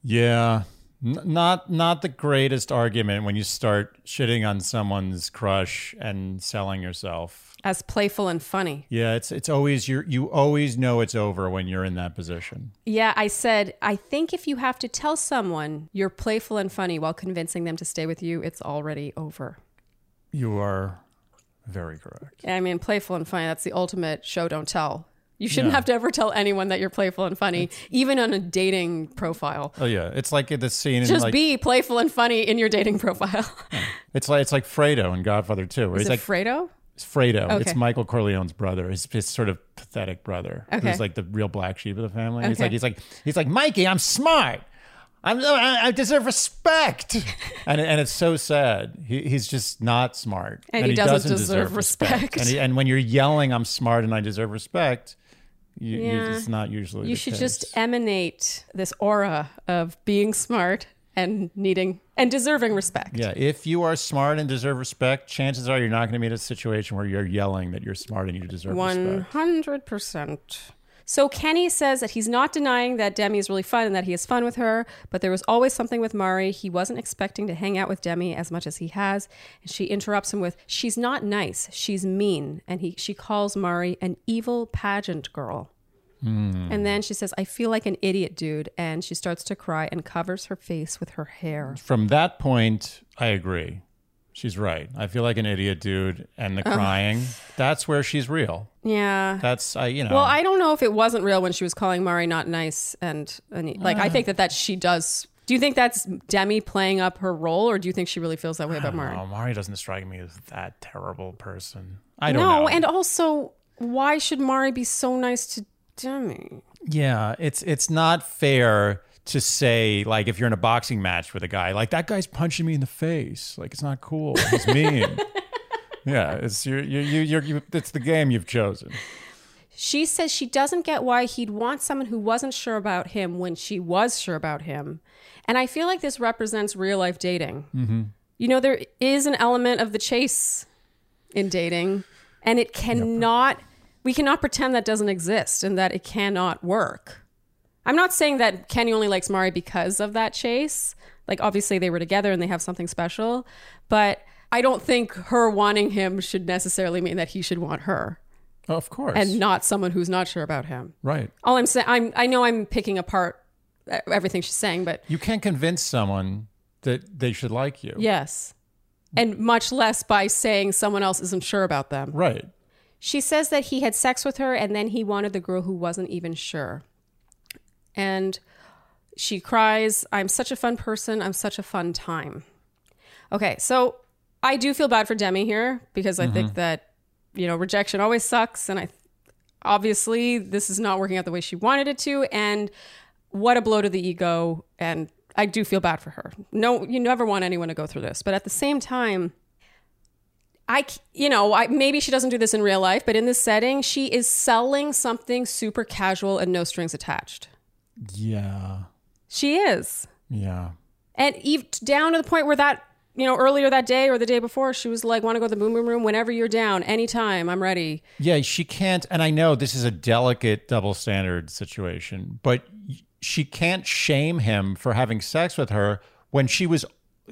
Speaker 2: Yeah. N- not not the greatest argument when you start shitting on someone's crush and selling yourself.
Speaker 1: As playful and funny.
Speaker 2: Yeah, it's it's always you you always know it's over when you're in that position.
Speaker 1: Yeah, I said, I think if you have to tell someone you're playful and funny while convincing them to stay with you, it's already over.
Speaker 2: You are very correct.
Speaker 1: I mean, playful and funny, that's the ultimate show don't tell. You shouldn't
Speaker 2: Yeah.
Speaker 1: have to ever tell anyone that you're playful and funny, even on a dating profile.
Speaker 2: Oh yeah, it's like the scene in
Speaker 1: Just
Speaker 2: like
Speaker 1: be playful and funny in your dating profile.
Speaker 2: it's like it's like Fredo in Godfather 2 where
Speaker 1: Is
Speaker 2: he's
Speaker 1: it
Speaker 2: like
Speaker 1: Fredo?
Speaker 2: it's Fredo. It's
Speaker 1: Okay.
Speaker 2: Michael Corleone's brother. His, his sort of pathetic brother.
Speaker 1: Okay.
Speaker 2: Who's like the real black sheep of the family. He's
Speaker 1: Okay.
Speaker 2: like he's like he's like Mikey. I'm smart. I'm I, I deserve respect. and and it's so sad. He, he's just not smart.
Speaker 1: And he doesn't deserve respect.
Speaker 2: And, he, and when you're yelling, I'm smart and I deserve respect. You, you,
Speaker 1: Yeah.
Speaker 2: it's not usually.
Speaker 1: You
Speaker 2: the
Speaker 1: should
Speaker 2: case.
Speaker 1: just emanate this aura of being smart and needing and deserving respect.
Speaker 2: Yeah, if you are smart and deserve respect, chances are you're not going to be in a situation where you're yelling that you're smart and you deserve respect.
Speaker 1: 100%. So Kenny says that he's not denying that Demi is really fun and that he has fun with her, but there was always something with Mari. He wasn't expecting to hang out with Demi as much as he has. And she interrupts him with, "She's not nice. She's mean." And he she calls Mari an evil pageant girl. And then she says, "I feel like an idiot, dude." And she starts to cry and covers her face with her hair.
Speaker 2: From that point, I agree. She's right. I feel like an idiot, dude. And the crying, that's where she's real.
Speaker 1: Yeah.
Speaker 2: That's, I, you know.
Speaker 1: Well, I don't know if it wasn't real when she was calling Mari not nice, and, and like
Speaker 2: Ah.
Speaker 1: I think that that she does. Do you think that's Demi playing up her role, or do you think she really feels that way about Mari?
Speaker 2: Oh, Mari doesn't strike me as that terrible person. I don't
Speaker 1: No,
Speaker 2: know.
Speaker 1: and also, why should Mari be so nice to Demi?
Speaker 2: yeah, it's it's not fair to say like if you're in a boxing match with a guy, like that guy's punching me in the face. Like it's not cool. He's mean. yeah, it's you you you you're, you it's the game you've chosen.
Speaker 1: She says she doesn't get why he'd want someone who wasn't sure about him when she was sure about him. And I feel like this represents real life dating. You know, there is an element of the chase in dating, and it cannot, we cannot pretend that doesn't exist and that it cannot work. I'm not saying that Kenny only likes Mari because of that chase. Like, obviously, they were together and they have something special, but I don't think her wanting him should necessarily mean that he should want her
Speaker 2: Oh, Of course.
Speaker 1: and not someone who's not sure about him.
Speaker 2: right.
Speaker 1: All I'm saying, I'm I know I'm picking apart uh, everything she's saying, but
Speaker 2: You can't convince someone that they should like you.
Speaker 1: yes, and much less by saying someone else isn't sure about them.
Speaker 2: Right.
Speaker 1: She says that he had sex with her and then he wanted the girl who wasn't even sure. And she cries, I'm such a fun person. I'm such a fun time. Okay, so I do feel bad for Demi here because I think that, you know, rejection always sucks. And I obviously this is not working out the way she wanted it to. And what a blow to the ego. And I do feel bad for her. No, you never want anyone to go through this. But at the same time, I, c- you know, I, maybe she doesn't do this in real life, but in this setting, she is selling something super casual and no strings attached.
Speaker 2: Yeah.
Speaker 1: She is.
Speaker 2: Yeah.
Speaker 1: And ev- down to the point where that, you know, earlier that day or the day before, she was like, want to go to the boom boom room whenever you're down, anytime, I'm ready.
Speaker 2: Yeah, she can't. And I know this is a delicate double standard situation, but she can't shame him for having sex with her when she was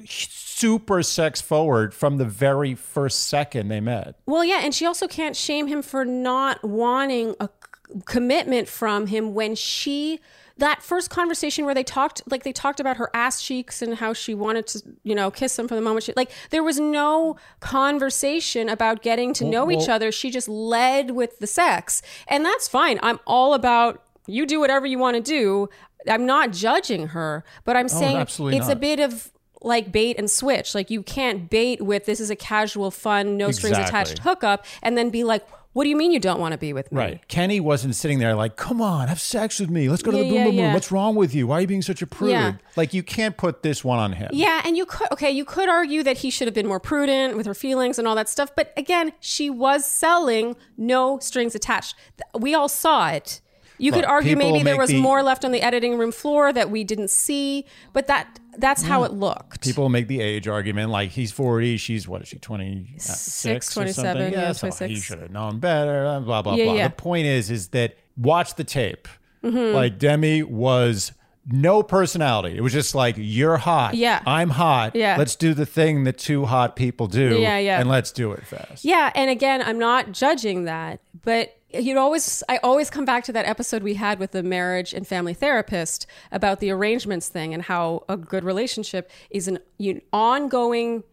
Speaker 2: super sex forward from the very first second they met.
Speaker 1: Well, yeah. And she also can't shame him for not wanting a c- commitment from him when she, that first conversation where they talked, like they talked about her ass cheeks and how she wanted to, you know, kiss him from the moment she, like, there was no conversation about getting to know each
Speaker 2: well-
Speaker 1: other. She just led with the sex. And that's fine. I'm all about you do whatever you want to do. I'm not judging her, but I'm saying
Speaker 2: Oh, absolutely
Speaker 1: it's a
Speaker 2: not.
Speaker 1: bit of like bait and switch. Like you can't bait with this is a casual, fun, no strings attached
Speaker 2: Exactly.
Speaker 1: hookup and then be like, what do you mean you don't want to be with me?
Speaker 2: Kenny wasn't sitting there like, come on, have sex with me. Let's go to the
Speaker 1: Yeah,
Speaker 2: boom
Speaker 1: yeah,
Speaker 2: boom
Speaker 1: yeah.
Speaker 2: room. What's wrong with you? Why are you being such a prude?
Speaker 1: Yeah.
Speaker 2: Like, you can't put this one on him.
Speaker 1: Yeah, and you could okay, you could argue that he should have been more prudent with her feelings and all that stuff, but again, she was selling no strings attached. Th- We all saw it. You could
Speaker 2: Look,
Speaker 1: argue
Speaker 2: people
Speaker 1: maybe there
Speaker 2: make
Speaker 1: was
Speaker 2: the-
Speaker 1: more left on the editing room floor that we didn't see, but that that's
Speaker 2: Hmm.
Speaker 1: how it looked.
Speaker 2: People make the age argument like he's 40, she's what is she, 26?
Speaker 1: Six,
Speaker 2: or
Speaker 1: 27,
Speaker 2: something?
Speaker 1: yeah,
Speaker 2: so he
Speaker 1: 26.
Speaker 2: should have known better, blah, blah, blah.
Speaker 1: Yeah,
Speaker 2: blah.
Speaker 1: yeah. Mm-hmm.
Speaker 2: The point is, is that watch the tape. Like Demi was no personality. It was just like, you're hot.
Speaker 1: Yeah.
Speaker 2: I'm hot.
Speaker 1: Yeah.
Speaker 2: Let's do the thing that two hot people do.
Speaker 1: Yeah, yeah.
Speaker 2: And let's do it fast.
Speaker 1: Yeah, and again, I'm not judging that, but you'd always I always come back to that episode we had with the marriage and family therapist about the arrangements thing and how a good relationship is an, an ongoing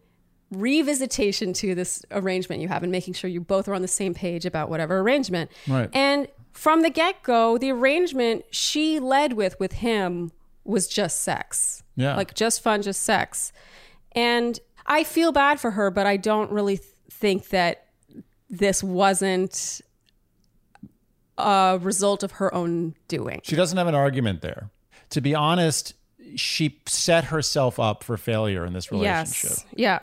Speaker 1: revisitation to this arrangement you have and making sure you both are on the same page about whatever arrangement.
Speaker 2: Right.
Speaker 1: And from the get-go, the arrangement she led with with him was just sex.
Speaker 2: Yeah.
Speaker 1: Like just fun, just sex. And I feel bad for her, but I don't really th- think that this wasn't a result of her own doing.
Speaker 2: She doesn't have an argument there. To be honest, she set herself up for failure in this relationship.
Speaker 1: Yes. Yeah.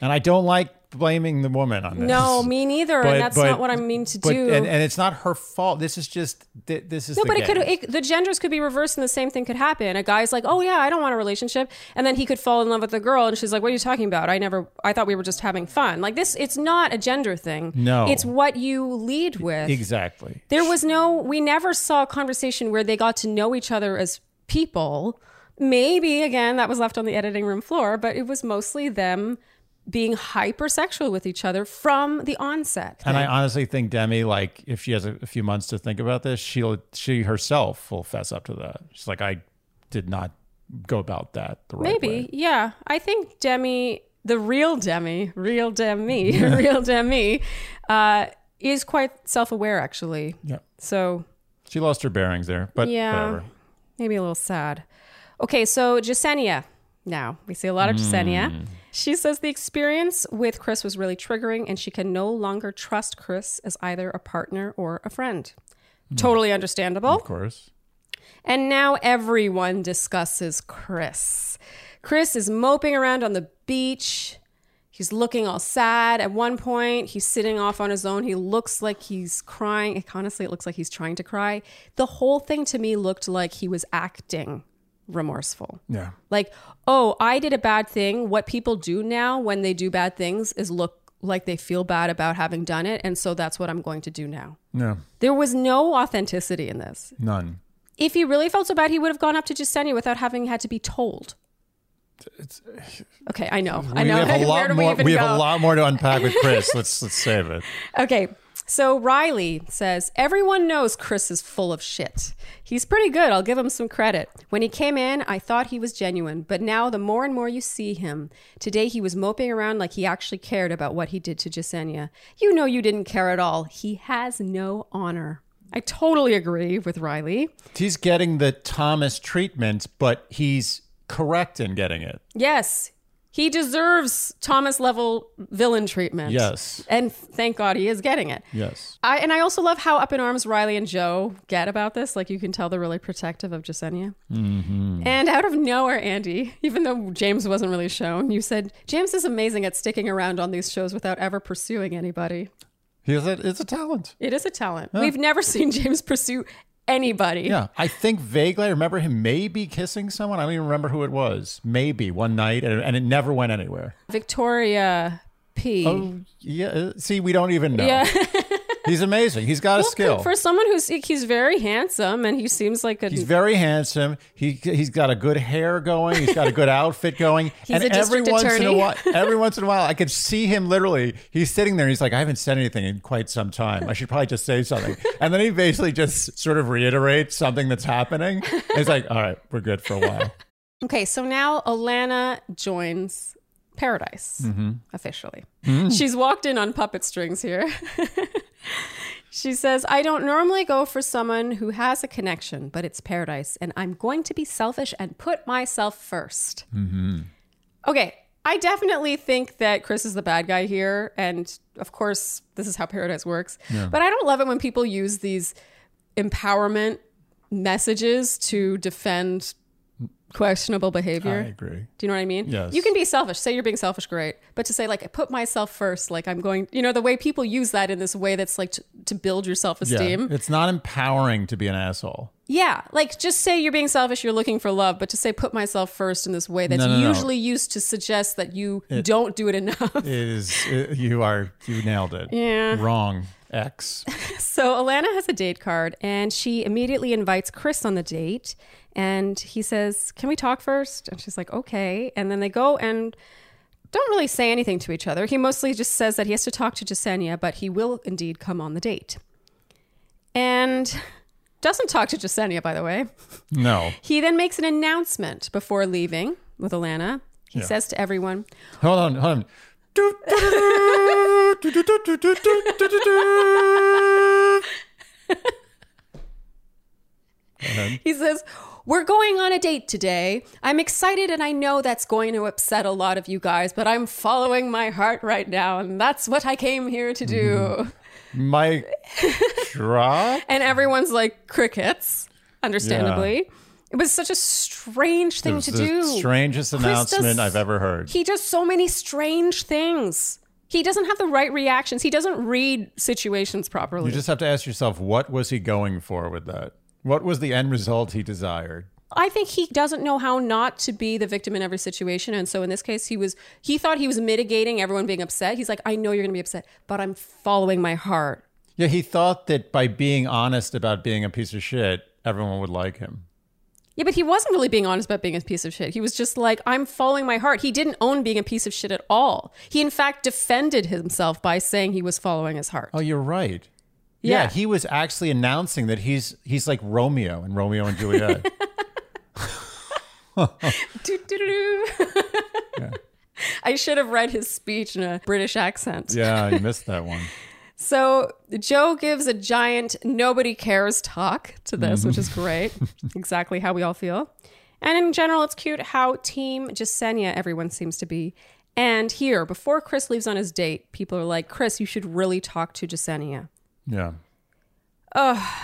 Speaker 2: And I don't like blaming the woman on this.
Speaker 1: No, me neither.
Speaker 2: But-
Speaker 1: and that's
Speaker 2: but-
Speaker 1: not what I mean to
Speaker 2: But,
Speaker 1: do.
Speaker 2: and, and it's not her fault. This is just th- this is
Speaker 1: no,
Speaker 2: the
Speaker 1: but it could
Speaker 2: game.
Speaker 1: it, the genders could be reversed, and the same thing could happen. A guy's like, "Oh yeah, I don't want a relationship," and then he could fall in love with a girl, and she's like, "What are you talking about? I never. I thought we were just having fun." Like this, it's not a gender thing.
Speaker 2: No.
Speaker 1: it's what you lead with.
Speaker 2: exactly.
Speaker 1: There was no, we never saw a conversation where they got to know each other as people. Maybe, again, that was left on the editing room floor, but it was mostly them being hypersexual with each other from the onset.
Speaker 2: And I honestly think Demi, like, if she has a, a few months to think about this, she'll she herself will fess up to that. She's like, I did not go about that the right
Speaker 1: Maybe,
Speaker 2: way.
Speaker 1: yeah. I think Demi, the real Demi, real Demi, real Demi, uh, is quite self aware, actually.
Speaker 2: Yeah.
Speaker 1: So
Speaker 2: She lost her bearings there, but
Speaker 1: Yeah.
Speaker 2: whatever.
Speaker 1: maybe a little sad. Okay, so Jasenia. Now we see a lot of Jasenia. She says the experience with Chris was really triggering, and she can no longer trust Chris as either a partner or a friend. Totally understandable.
Speaker 2: Of course.
Speaker 1: And now everyone discusses Chris. Chris is moping around on the beach. He's looking all sad. At one point, he's sitting off on his own. He looks like he's crying. It- honestly, it looks like he's trying to cry. The whole thing to me looked like he was acting remorseful.
Speaker 2: Yeah.
Speaker 1: Like, oh, I did a bad thing. What people do now when they do bad things is look like they feel bad about having done it. And so that's what I'm going to do now.
Speaker 2: No.
Speaker 1: There was no authenticity in this
Speaker 2: None.
Speaker 1: if he really felt so bad, he would have gone up to Jasenia without having had to be told. okay, I know. I
Speaker 2: We
Speaker 1: know.
Speaker 2: have a
Speaker 1: Where
Speaker 2: lot
Speaker 1: do we
Speaker 2: more.
Speaker 1: even
Speaker 2: We, have
Speaker 1: go?
Speaker 2: a lot more to unpack with Chris. let's let's save it.
Speaker 1: Okay. So Riley says, Everyone knows Chris is full of shit. He's pretty good. I'll give him some credit. When he came in, I thought he was genuine, but now the more and more you see him, today he was moping around like he actually cared about what he did to Jasenia. You know you didn't care at all. He has no honor. I totally agree with Riley.
Speaker 2: He's getting the Thomas treatment, but he's correct in getting it.
Speaker 1: Yes. He deserves Thomas level villain treatment.
Speaker 2: Yes.
Speaker 1: And thank God he is getting it.
Speaker 2: Yes.
Speaker 1: I and I also love how up in arms Riley and Joe get about this. Like you can tell they're really protective of Jasenia.
Speaker 2: Mm-hmm.
Speaker 1: And out of nowhere, Andy, even though James wasn't really shown, you said James is amazing at sticking around on these shows without ever pursuing anybody.
Speaker 2: He's a, it's a talent.
Speaker 1: It is a talent. We've never seen James pursue anybody.
Speaker 2: Yeah. I think vaguely I remember him maybe kissing someone. I don't even remember who it was. Maybe one night, and, and it never went anywhere.
Speaker 1: Victoria P.
Speaker 2: Oh, yeah. uh, See, we don't even know.
Speaker 1: Yeah.
Speaker 2: He's amazing. He's got a skill.
Speaker 1: For someone who's he's very handsome and he seems like a
Speaker 2: He's very handsome. He he's got a good hair going. He's got a good outfit going.
Speaker 1: He's
Speaker 2: and
Speaker 1: a
Speaker 2: every
Speaker 1: district
Speaker 2: once in a
Speaker 1: attorney.
Speaker 2: while, every once in a while, I could see him literally. He's sitting there. and He's like, I haven't said anything in quite some time. I should probably just say something. And then he basically just sort of reiterates something that's happening. And It's like, all right, we're good for a while.
Speaker 1: Okay, so now Alana joins Paradise officially. She's walked in on puppet strings here. she says, I don't normally go for someone who has a connection, but it's Paradise, and I'm going to be selfish and put myself 1st Okay, I definitely think that Chris is the bad guy here, and of course, this is how Paradise works. But I don't love it when people use these empowerment messages to defend questionable
Speaker 2: I
Speaker 1: behavior.
Speaker 2: agree.
Speaker 1: Do you know what I mean?
Speaker 2: Yes.
Speaker 1: You can be selfish. Say you're being selfish, great. But to say like I put myself first, like I'm going, you know, the way people use that in this way that's like to, to build your
Speaker 2: Yeah.
Speaker 1: self-esteem. Yeah.
Speaker 2: It's not empowering to be an asshole.
Speaker 1: like just say you're being selfish, you're looking for love, but to say put myself first in this way that's
Speaker 2: No, no, no.
Speaker 1: usually used to suggest that you don't do it enough.
Speaker 2: It is it- you are you nailed it.
Speaker 1: Yeah.
Speaker 2: Wrong. X.
Speaker 1: So Alana has a date card and she immediately invites Chris on the date and he says, "Can we talk first? And she's like, "Okay." And then they go and don't really say anything to each other. He mostly just says that he has to talk to Jasenia, but he will indeed come on the date. And doesn't talk to Jasenia, by the way.
Speaker 2: No.
Speaker 1: He then makes an announcement before leaving with Alana. He
Speaker 2: Yeah.
Speaker 1: says to everyone,
Speaker 2: Hold on, hold on. Go ahead.
Speaker 1: He says, We're going on a date today. I'm excited and I know that's going to upset a lot of you guys, but I'm following my heart right now and that's what I came here to do.
Speaker 2: Mm-hmm. Mike drop.
Speaker 1: And everyone's like, Crickets, understandably. It was such a strange thing
Speaker 2: It was
Speaker 1: to
Speaker 2: the
Speaker 1: do.
Speaker 2: strangest announcement
Speaker 1: does-
Speaker 2: I've ever heard.
Speaker 1: he does so many strange things. He doesn't have the right reactions. He doesn't read situations properly.
Speaker 2: You just have to ask yourself, what was he going for with that? What was the end result he desired?
Speaker 1: I think he doesn't know how not to be the victim in every situation. And so in this case, he was he thought he was mitigating everyone being upset. He's like, I know you're gonna be upset, but I'm following my heart.
Speaker 2: Yeah, he thought that by being honest about being a piece of shit, everyone would like him.
Speaker 1: Yeah, but he wasn't really being honest about being a piece of shit. He was just like, I'm following my heart. He didn't own being a piece of shit at all. He, in fact, defended himself by saying he was following his heart.
Speaker 2: Oh, you're right.
Speaker 1: Yeah.
Speaker 2: he was actually announcing that he's he's like Romeo and Romeo and Juliet.
Speaker 1: Doo-doo-doo. I should have read his speech in a British accent.
Speaker 2: yeah, you missed that one.
Speaker 1: So Joe gives a giant nobody cares talk to this, which is great. exactly how we all feel. And in general, it's cute how team Jasenia everyone seems to be. And here, before Chris leaves on his date, people are like, Chris, you should really talk to Jasenia.
Speaker 2: Yeah.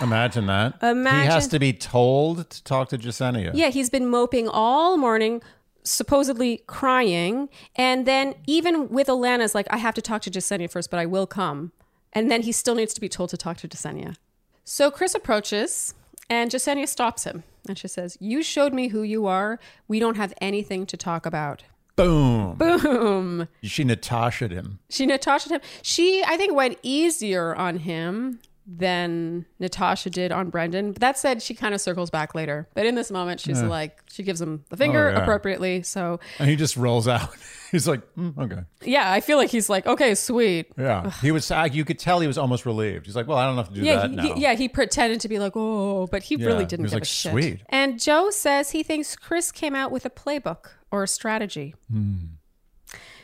Speaker 2: Imagine that. He has
Speaker 1: Imagine-
Speaker 2: to be told to talk to Jasenia.
Speaker 1: Yeah, he's been moping all morning, supposedly crying. And then even with Alana's like, I have to talk to Jasenia first, but I will come. And then he still needs to be told to talk to Jasenia. So Chris approaches and Jasenia stops him. And she says, You showed me who you are. We don't have anything to talk about.
Speaker 2: Boom.
Speaker 1: Boom.
Speaker 2: She Natasha'd him.
Speaker 1: She Natasha him. She, I think, went easier on him than Natasha did on Brendan. But that said, she kind of circles back later. But in this moment, she's like, she gives him the finger
Speaker 2: Oh, yeah.
Speaker 1: appropriately. So,
Speaker 2: And he just rolls out. He's like, "Mm, okay.
Speaker 1: yeah, I feel like he's like, okay, sweet.
Speaker 2: Yeah. He was, I- you could tell he was almost relieved. He's like, well, I don't have to do
Speaker 1: Yeah,
Speaker 2: that
Speaker 1: he,
Speaker 2: now.
Speaker 1: he- yeah, he pretended to be like, oh, but he
Speaker 2: Yeah,
Speaker 1: really didn't
Speaker 2: he was
Speaker 1: give
Speaker 2: like,
Speaker 1: a shit.
Speaker 2: sweet.
Speaker 1: And Joe says he thinks Chris came out with a playbook or a strategy.
Speaker 2: Hmm.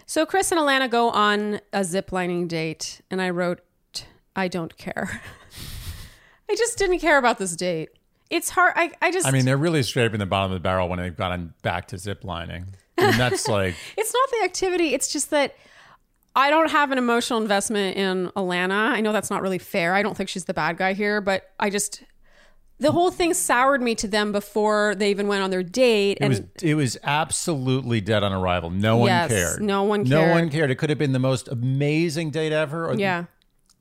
Speaker 1: So Chris and Alana go on a ziplining date, and I wrote, I don't care. I just didn't care about this date. It's hard. I, I just,
Speaker 2: I mean, they're really scraping the bottom of the barrel when they've gotten back to zip lining. I mean, that's like,
Speaker 1: it's not the activity, it's just that. I don't have an emotional investment in Alana. I know that's not really fair. I don't think she's the bad guy here, but I just the whole thing soured me to them before they even went on their date.
Speaker 2: it
Speaker 1: and
Speaker 2: was, it was absolutely dead on arrival. No
Speaker 1: Yes,
Speaker 2: one cared.
Speaker 1: no one
Speaker 2: No
Speaker 1: cared.
Speaker 2: one cared. It could have been the most amazing date ever or
Speaker 1: yeah,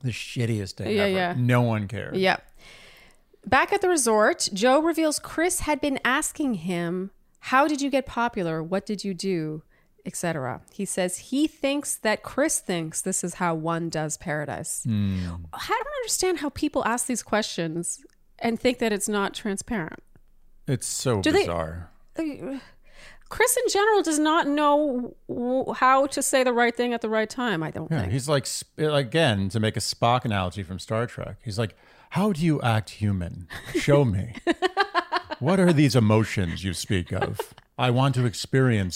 Speaker 2: the shittiest date
Speaker 1: Yeah,
Speaker 2: ever.
Speaker 1: yeah.
Speaker 2: No one cared.
Speaker 1: yeah. Back at the resort, Joe reveals Chris had been asking him, "How did you get popular? What did you do?" etc. He says he thinks that Chris thinks this is how one does paradise. I don't understand how people ask these questions and think that it's not transparent.
Speaker 2: It's so
Speaker 1: they-
Speaker 2: bizarre.
Speaker 1: Chris in general does not know w- how to say the right thing at the right time, I don't
Speaker 2: Yeah,
Speaker 1: think.
Speaker 2: he's like sp- again to make a Spock analogy from Star Trek. He's like, "How do you act human? Show me. what are these emotions you speak of? I want to experience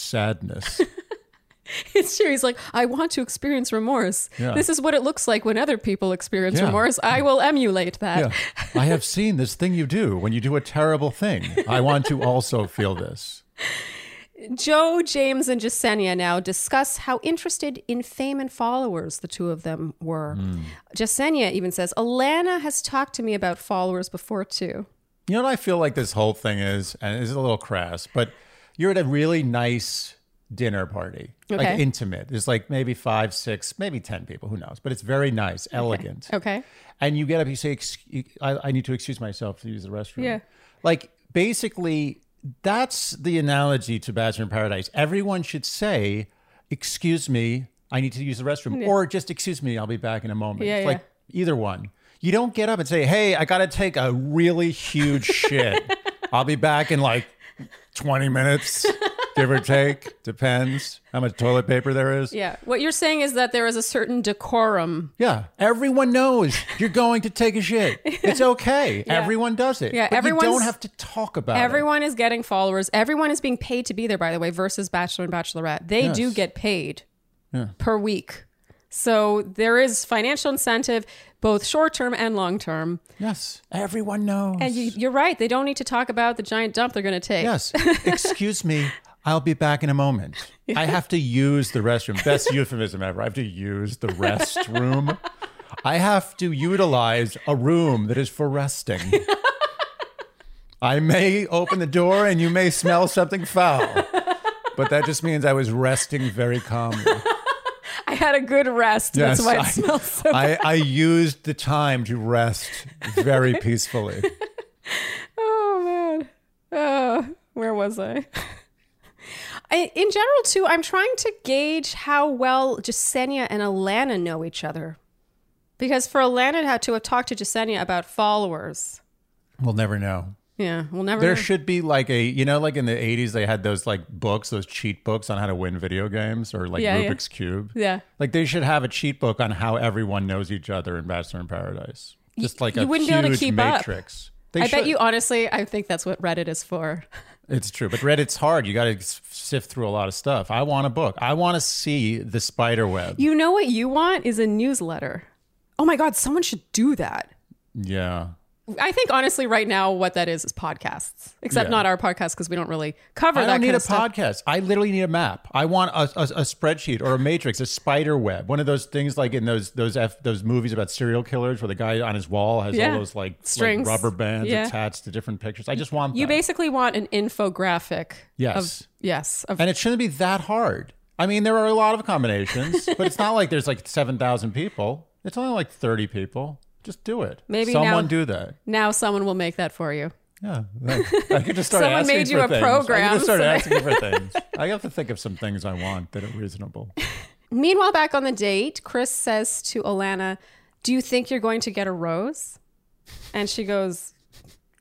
Speaker 2: sadness."
Speaker 1: It's true. He's like, I want to experience remorse.
Speaker 2: Yeah.
Speaker 1: This is what it looks like when other people experience
Speaker 2: Yeah.
Speaker 1: remorse. I will emulate that.
Speaker 2: Yeah. I have seen this thing you do when you do a terrible thing. I want to also feel this.
Speaker 1: Joe, James, and Jasenia now discuss how interested in fame and followers the two of them were.
Speaker 2: Hmm.
Speaker 1: Jasenia even says, Alana has talked to me about followers before too.
Speaker 2: You know what I feel like this whole thing is, and it's a little crass, but you're at a really nice dinner party, like
Speaker 1: Okay.
Speaker 2: intimate. There's like maybe five, six, maybe ten people, who knows? But it's very nice, elegant.
Speaker 1: Okay.
Speaker 2: and you get up, you say, "Excuse- I, I need to excuse myself to use the restroom.
Speaker 1: Yeah.
Speaker 2: Like, basically, that's the analogy to Bachelor in Paradise. Everyone should say, Excuse me, I need to use the restroom, or just excuse me, I'll be back in a moment.
Speaker 1: Yeah,
Speaker 2: It's Like, either one. You don't get up and say, Hey, I got to take a really huge shit. I'll be back in like 20 minutes, give or take. Depends how much toilet paper there is.
Speaker 1: Yeah. What you're saying is that there is a certain decorum.
Speaker 2: Yeah, everyone knows you're going to take a shit. It's okay. Everyone does it.
Speaker 1: Yeah,
Speaker 2: but you don't
Speaker 1: everyone's-
Speaker 2: have to talk about it.
Speaker 1: Everyone is getting followers. Everyone is being paid to be there, by the way, versus Bachelor and Bachelorette. They do
Speaker 2: Yes.
Speaker 1: get paid per week. So there is financial incentive, both short term and long term.
Speaker 2: Yes, everyone knows.
Speaker 1: And you, you're right. They don't need to talk about the giant dump they're going to take.
Speaker 2: yes, excuse me. I'll be back in a moment. I have to use the restroom. Best euphemism ever. I have to use the restroom. I have to utilize a room that is for resting. I may open the door and you may smell something foul, but that just means I was resting very calmly.
Speaker 1: I had a good rest. That's
Speaker 2: Yes,
Speaker 1: why it
Speaker 2: I-
Speaker 1: smells so good.
Speaker 2: I, I used the time to rest very peacefully.
Speaker 1: Oh man. Uh, where was I? I? In general, too, I'm trying to gauge how well Jasenia and Alana know each other. Because for Alana had to have talked to Jasenia about followers.
Speaker 2: We'll never know.
Speaker 1: Yeah, we'll never
Speaker 2: There
Speaker 1: know.
Speaker 2: should be like a, you know, like in the 80s, they had those like books, those cheat books on how to win video games or like
Speaker 1: Yeah, yeah.
Speaker 2: Rubik's Cube.
Speaker 1: yeah.
Speaker 2: Like they should have a cheat book on how everyone knows each other in Bachelor in Paradise. Just like
Speaker 1: you
Speaker 2: a
Speaker 1: wouldn't be
Speaker 2: huge
Speaker 1: able to keep up.
Speaker 2: matrix. They
Speaker 1: I
Speaker 2: should.
Speaker 1: bet you honestly, I think that's what Reddit is for.
Speaker 2: It's true, but Reddit's hard. You got to sift through a lot of stuff. I want a book. I want to see the spider web.
Speaker 1: You know what you want is a newsletter. Oh my god, someone should do that.
Speaker 2: yeah.
Speaker 1: I think honestly, right now, what that is is podcasts. Except
Speaker 2: Yeah.
Speaker 1: not our podcast because we don't really cover
Speaker 2: I
Speaker 1: that
Speaker 2: don't need
Speaker 1: kind
Speaker 2: a
Speaker 1: of stuff.
Speaker 2: podcast. I literally need a map. I want a, a, a spreadsheet or a matrix, a spider web, one of those things like in those those F, those movies about serial killers where the guy on his wall has
Speaker 1: Yeah.
Speaker 2: all those like, like
Speaker 1: Strings.
Speaker 2: rubber bands
Speaker 1: Yeah.
Speaker 2: attached to different pictures. I just want
Speaker 1: You
Speaker 2: that.
Speaker 1: basically want an infographic.
Speaker 2: Yes.
Speaker 1: Of, yes. Of,
Speaker 2: and it shouldn't be that hard. I mean, there are a lot of combinations, but it's not like there's like seven thousand people. It's only like thirty people. Just do it.
Speaker 1: Maybe
Speaker 2: someone
Speaker 1: now-
Speaker 2: do that. for you. Yeah, like, I could just start
Speaker 1: Someone
Speaker 2: asking
Speaker 1: made you
Speaker 2: for
Speaker 1: a
Speaker 2: things. I
Speaker 1: program,
Speaker 2: could just start
Speaker 1: so that-
Speaker 2: asking for things. I have to think of some things I want that are reasonable.
Speaker 1: Meanwhile, back on the date, Chris says to Alana, Do you think you're going to get a rose? And she goes,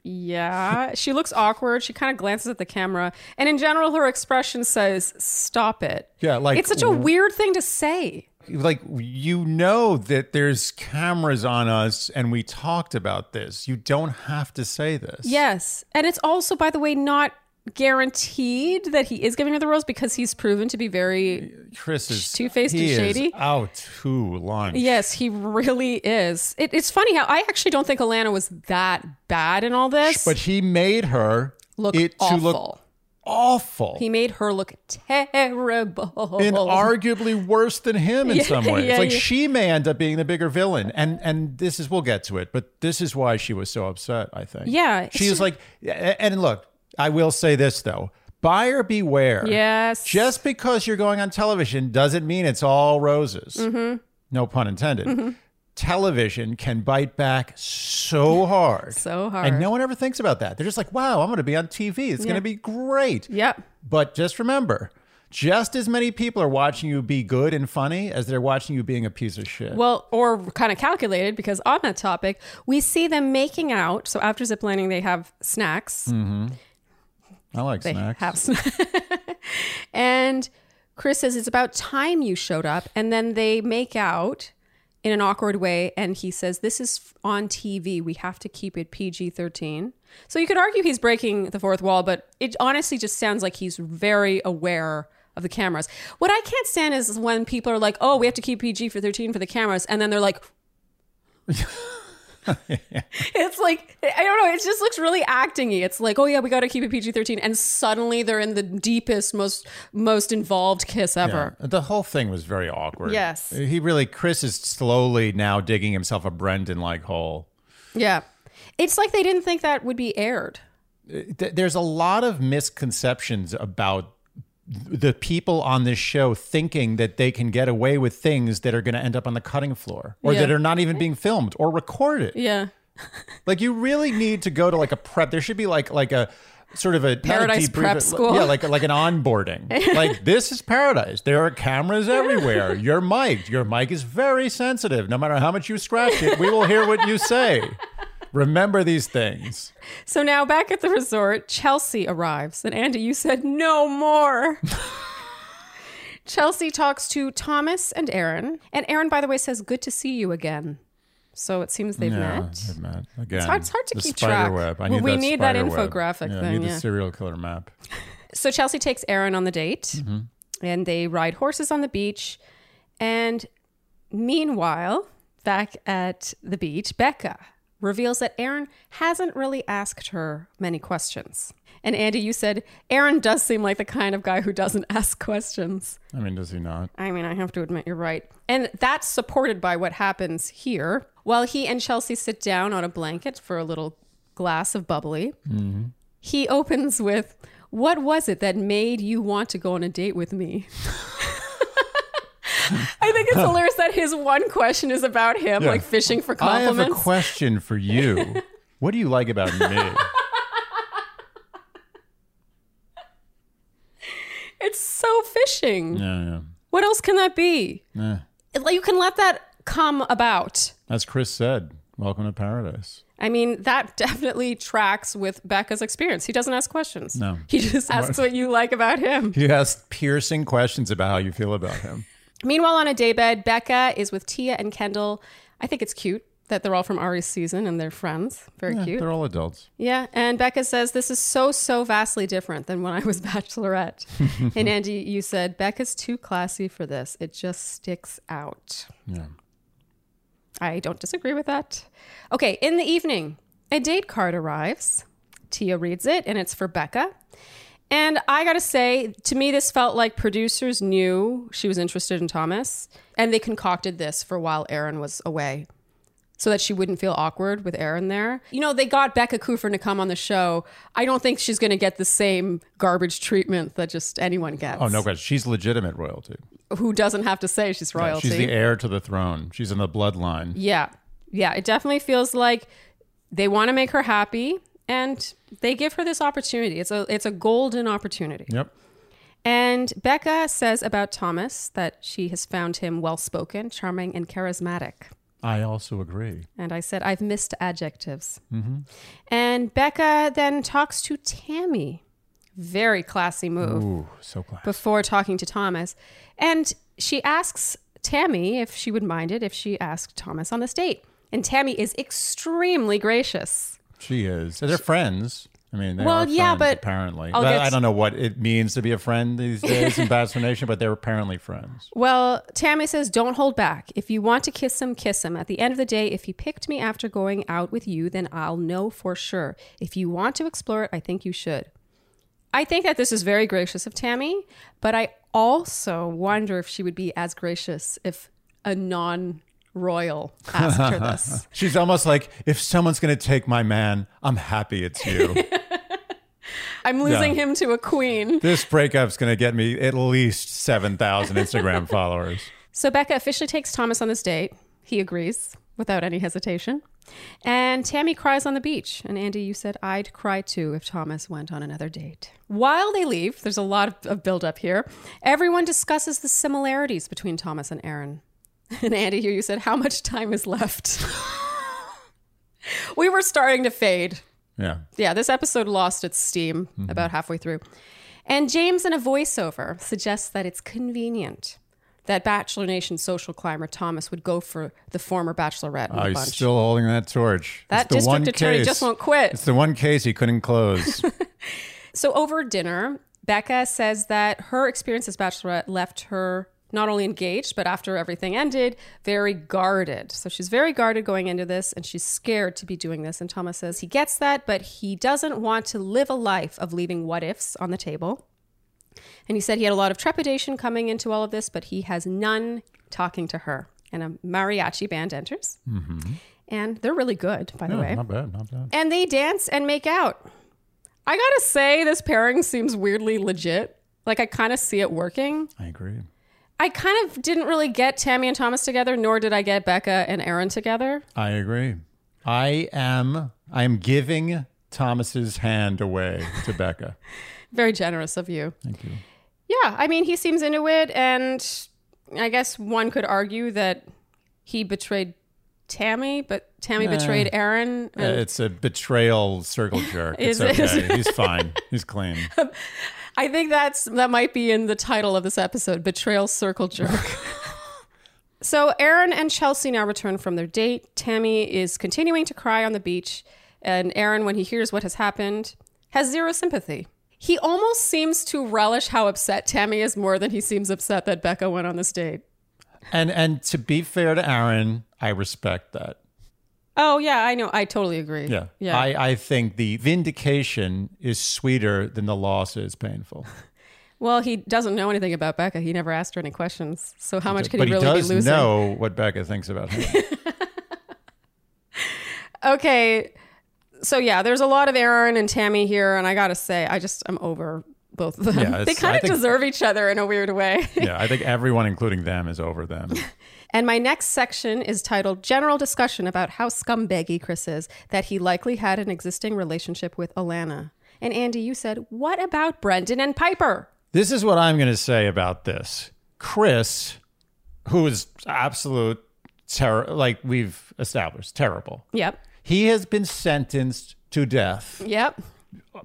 Speaker 1: Yeah. she looks awkward. She kind of glances at the camera. And in general, her expression says, Stop it.
Speaker 2: Yeah, like
Speaker 1: It's such a weird thing to say.
Speaker 2: like you know that there's cameras on us, and we talked about this. You don't have to say this.
Speaker 1: Yes. And it's also, by the way, not guaranteed that he is giving her the rose because he's proven to be very
Speaker 2: Chris is
Speaker 1: Two-faced
Speaker 2: he
Speaker 1: and
Speaker 2: is
Speaker 1: shady.
Speaker 2: out to lunch.
Speaker 1: Yes, he really is. It, it's funny how I actually don't think Alana was that bad in all this.
Speaker 2: but he made her
Speaker 1: look
Speaker 2: it
Speaker 1: awful.
Speaker 2: to look awful.
Speaker 1: he made her look terrible.
Speaker 2: and arguably worse than him in
Speaker 1: Yeah,
Speaker 2: some ways.
Speaker 1: yeah,
Speaker 2: like
Speaker 1: yeah.
Speaker 2: she may end up being the bigger villain, and and this is we'll get to it, but this is why she was so upset. I think.
Speaker 1: Yeah,
Speaker 2: she
Speaker 1: it's-
Speaker 2: was like, and look, I will say this though: buyer beware.
Speaker 1: yes.
Speaker 2: Just because you're going on television doesn't mean it's all roses.
Speaker 1: Mm-hmm.
Speaker 2: No pun intended. Television can bite back so hard.
Speaker 1: So hard.
Speaker 2: And no one ever thinks about that. They're just like, wow, I'm going to be on TV. It's going to be great.
Speaker 1: Yep.
Speaker 2: But just remember, just as many people are watching you be good and funny as they're watching you being a piece of shit.
Speaker 1: Well, or kind of calculated because on that topic, we see them making out. So after ziplining, they have snacks.
Speaker 2: Mm. I like snacks.
Speaker 1: Have snacks. and Chris says, It's about time you showed up. And then they make out in an awkward way. And he says, This is f- on TV. We have to keep it PG 13. So you could argue he's breaking the fourth wall, but it honestly just sounds like he's very aware of the cameras. What I can't stand is when people are like, Oh, we have to keep PG for 13 for the cameras. And then they're like, it's like I don't know. It just looks really actingy. It's like, oh yeah, we got to keep it PG thirteen, and suddenly they're in the deepest, most most involved kiss ever.
Speaker 2: Yeah. Uh, The whole thing was very awkward.
Speaker 1: Yes.
Speaker 2: He really, Chris is slowly now digging himself a Brendan like hole.
Speaker 1: Yeah. it's like they didn't think that would be aired.
Speaker 2: th- there's a lot of misconceptions about th- the people on this show thinking that they can get away with things that are going to end up on the cutting floor or
Speaker 1: Yeah.
Speaker 2: that are not even being filmed or recorded
Speaker 1: Yeah,
Speaker 2: like you really need to go to like a prep there should be like like a sort of a not a
Speaker 1: Paradise
Speaker 2: debrief,
Speaker 1: prep
Speaker 2: but-
Speaker 1: school.
Speaker 2: yeah like like an onboarding like this is paradise there are cameras everywhere you're mic'd your mic is very sensitive no matter how much you scratch it we will hear what you say remember these things
Speaker 1: So now back at the resort, Chelsea arrives. And Andy, you said no more. Chelsea talks to Thomas and Aaron. And Aaron, by the way, says, Good to see you again. So it seems they've met.
Speaker 2: I've met. Again, it's
Speaker 1: hard- it's hard to
Speaker 2: the
Speaker 1: keep
Speaker 2: spider
Speaker 1: track.
Speaker 2: Web. I
Speaker 1: Well,
Speaker 2: need
Speaker 1: we
Speaker 2: that
Speaker 1: need that
Speaker 2: spider web.
Speaker 1: infographic
Speaker 2: yeah, I
Speaker 1: thing,
Speaker 2: need
Speaker 1: yeah.
Speaker 2: the serial killer map.
Speaker 1: So Chelsea takes Aaron on the date and they ride horses on the beach. And meanwhile, back at the beach, Becca reveals that Aaron hasn't really asked her many questions. And Andy, you said Aaron does seem like the kind of guy who doesn't ask questions.
Speaker 2: I mean, does he not?
Speaker 1: I mean, I have to admit, you're right. And that's supported by what happens here. While he and Chelsea sit down on a blanket for a little glass of bubbly, he opens with, What was it that made you want to go on a date with me? I think it's hilarious that his one question is about him,
Speaker 2: Yeah.
Speaker 1: like fishing for
Speaker 2: I have a
Speaker 1: compliments.
Speaker 2: question for you. What do you like about me?
Speaker 1: it's so fishing.
Speaker 2: Yeah,
Speaker 1: What else can that be?
Speaker 2: yeah. Eh,
Speaker 1: It- like, You can let that come about.
Speaker 2: As Chris said, welcome to paradise.
Speaker 1: I mean, that definitely tracks with Becca's experience. He doesn't ask questions.
Speaker 2: No.
Speaker 1: He just asks what you like about him.
Speaker 2: He asked piercing questions about how you feel about him.
Speaker 1: Meanwhile, on a daybed, Becca is with Tia and Kendall. I think it's cute that they're all from Ari's season and they're friends. Very
Speaker 2: Yeah,
Speaker 1: cute.
Speaker 2: they're all adults.
Speaker 1: Yeah, and Becca says this is so so vastly different than when I was bachelorette. and Andy, you said Becca's too classy for this. It just sticks out.
Speaker 2: Yeah.
Speaker 1: I don't disagree with that. Okay, in the evening, a date card arrives. Tia reads it and it's for Becca. And I got to say, to me this felt like producers knew she was interested in Thomas and they concocted this for while Aaron was away so that she wouldn't feel awkward with Aaron there. You know, they got Becca Kufrin to come on the show. I don't think she's going to get the same garbage treatment that just anyone gets.
Speaker 2: Oh no, question. She's legitimate royalty.
Speaker 1: Who doesn't have to say she's royalty?
Speaker 2: She's the heir to the throne. She's in the bloodline.
Speaker 1: yeah. Yeah, it definitely feels like they want to make her happy and they give her this opportunity. It's a it's a golden opportunity.
Speaker 2: Yep.
Speaker 1: And Becca says about Thomas that she has found him well-spoken, charming and charismatic.
Speaker 2: I also agree.
Speaker 1: And I said, I've missed adjectives. And Becca then talks to Tammy. Very classy move
Speaker 2: Ooh, so glad.
Speaker 1: before talking to Thomas. And she asks Tammy if she would mind it if she asked Thomas on this date. And Tammy is extremely gracious.
Speaker 2: She is. They're friends. I mean, they
Speaker 1: Well,
Speaker 2: are
Speaker 1: yeah,
Speaker 2: friends,
Speaker 1: but- Oh,
Speaker 2: apparently,
Speaker 1: I'll
Speaker 2: I-
Speaker 1: get
Speaker 2: I
Speaker 1: to-
Speaker 2: don't know what it means to be a friend these days in Bachelor Nation, but they're apparently friends.
Speaker 1: Well, Tammy says, don't hold back. If you want to kiss him, kiss him. At the end of the day, if he picked me after going out with you, then I'll know for sure. If you want to explore it, I think you should. I think that this is very gracious of Tammy, but I also wonder if she would be as gracious if a non royal asked her this.
Speaker 2: She's almost like, if someone's going to take my man, I'm happy it's you.
Speaker 1: I'm losing
Speaker 2: Yeah.
Speaker 1: him to a queen.
Speaker 2: this breakup's going to get me at least 7,000 Instagram followers.
Speaker 1: So Becca officially takes Thomas on this date. He agrees without any hesitation. And Tammy cries on the beach. And Andy, you said I'd cry too if Thomas went on another date. While they leave, there's a lot of, of buildup here. Everyone discusses the similarities between Thomas and Aaron. And Andy, here you said, How much time is left? we were starting to fade
Speaker 2: Yeah.
Speaker 1: yeah, this episode lost its steam
Speaker 2: Mm-hmm.
Speaker 1: about halfway through. And James, in a voiceover, suggests that it's convenient that Bachelor Nation social climber Thomas would go for the former bachelorette in
Speaker 2: Oh,
Speaker 1: the
Speaker 2: he's
Speaker 1: bunch.
Speaker 2: still holding that torch.
Speaker 1: that
Speaker 2: it's the
Speaker 1: district
Speaker 2: one
Speaker 1: attorney
Speaker 2: case.
Speaker 1: just won't quit.
Speaker 2: It's the one case he couldn't close.
Speaker 1: So over dinner, Becca says that her experience as bachelorette left her not only engaged, but after everything ended, very guarded. So she's very guarded going into this and she's scared to be doing this. And Thomas says he gets that, but he doesn't want to live a life of leaving what ifs on the table. And he said he had a lot of trepidation coming into all of this, but he has none talking to her. And a mariachi band enters. And they're really good, by the way
Speaker 2: not bad, not bad.
Speaker 1: and they dance and make out. I gotta say, this pairing seems weirdly legit. Like, I kind of see it working.
Speaker 2: I agree.
Speaker 1: I kind of didn't really get Tammy and Thomas together, nor did I get Becca and Aaron together.
Speaker 2: I agree. I am I am giving Thomas's hand away to Becca.
Speaker 1: Very generous of you.
Speaker 2: Thank you.
Speaker 1: Yeah, I mean, he seems into it, and I guess one could argue that he betrayed Tammy, but Tammy betrayed Aaron.
Speaker 2: Uh, It's a betrayal circle jerk. It's
Speaker 1: Is it?
Speaker 2: okay. He's fine. He's clean.
Speaker 1: I think that's that might be in the title of this episode, Betrayal Circle Jerk. so Aaron and Chelsea now return from their date. Tammy is continuing to cry on the beach, and Aaron, when he hears what has happened, has zero sympathy. He almost seems to relish how upset Tammy is more than he seems upset that Becca went on this date.
Speaker 2: And and to be fair to Aaron, I respect that.
Speaker 1: Oh yeah, I know. I totally agree.
Speaker 2: Yeah.
Speaker 1: Yeah.
Speaker 2: I, I think the vindication is sweeter than the loss is painful.
Speaker 1: well, he doesn't know anything about Becca. He never asked her any questions. So how much could
Speaker 2: but
Speaker 1: he really
Speaker 2: he
Speaker 1: be
Speaker 2: does
Speaker 1: losing?
Speaker 2: know what Becca thinks about him.
Speaker 1: okay so yeah there's a lot of aaron and tammy here and i gotta say i just i'm over both of them.
Speaker 2: Yeah,
Speaker 1: they
Speaker 2: it's-
Speaker 1: kind
Speaker 2: I
Speaker 1: of
Speaker 2: think-
Speaker 1: deserve each other in a weird way.
Speaker 2: yeah, I think everyone, including them, is over them.
Speaker 1: And my next section is titled General Discussion about how scumbaggy Chris is, that he likely had an existing relationship with Alana. And Andy, you said, What about Brendan and Piper?
Speaker 2: This is what I'm going to say about this. Chris, who is absolute terror, like we've established, terrible.
Speaker 1: Yep.
Speaker 2: He has been sentenced to death
Speaker 1: Yep.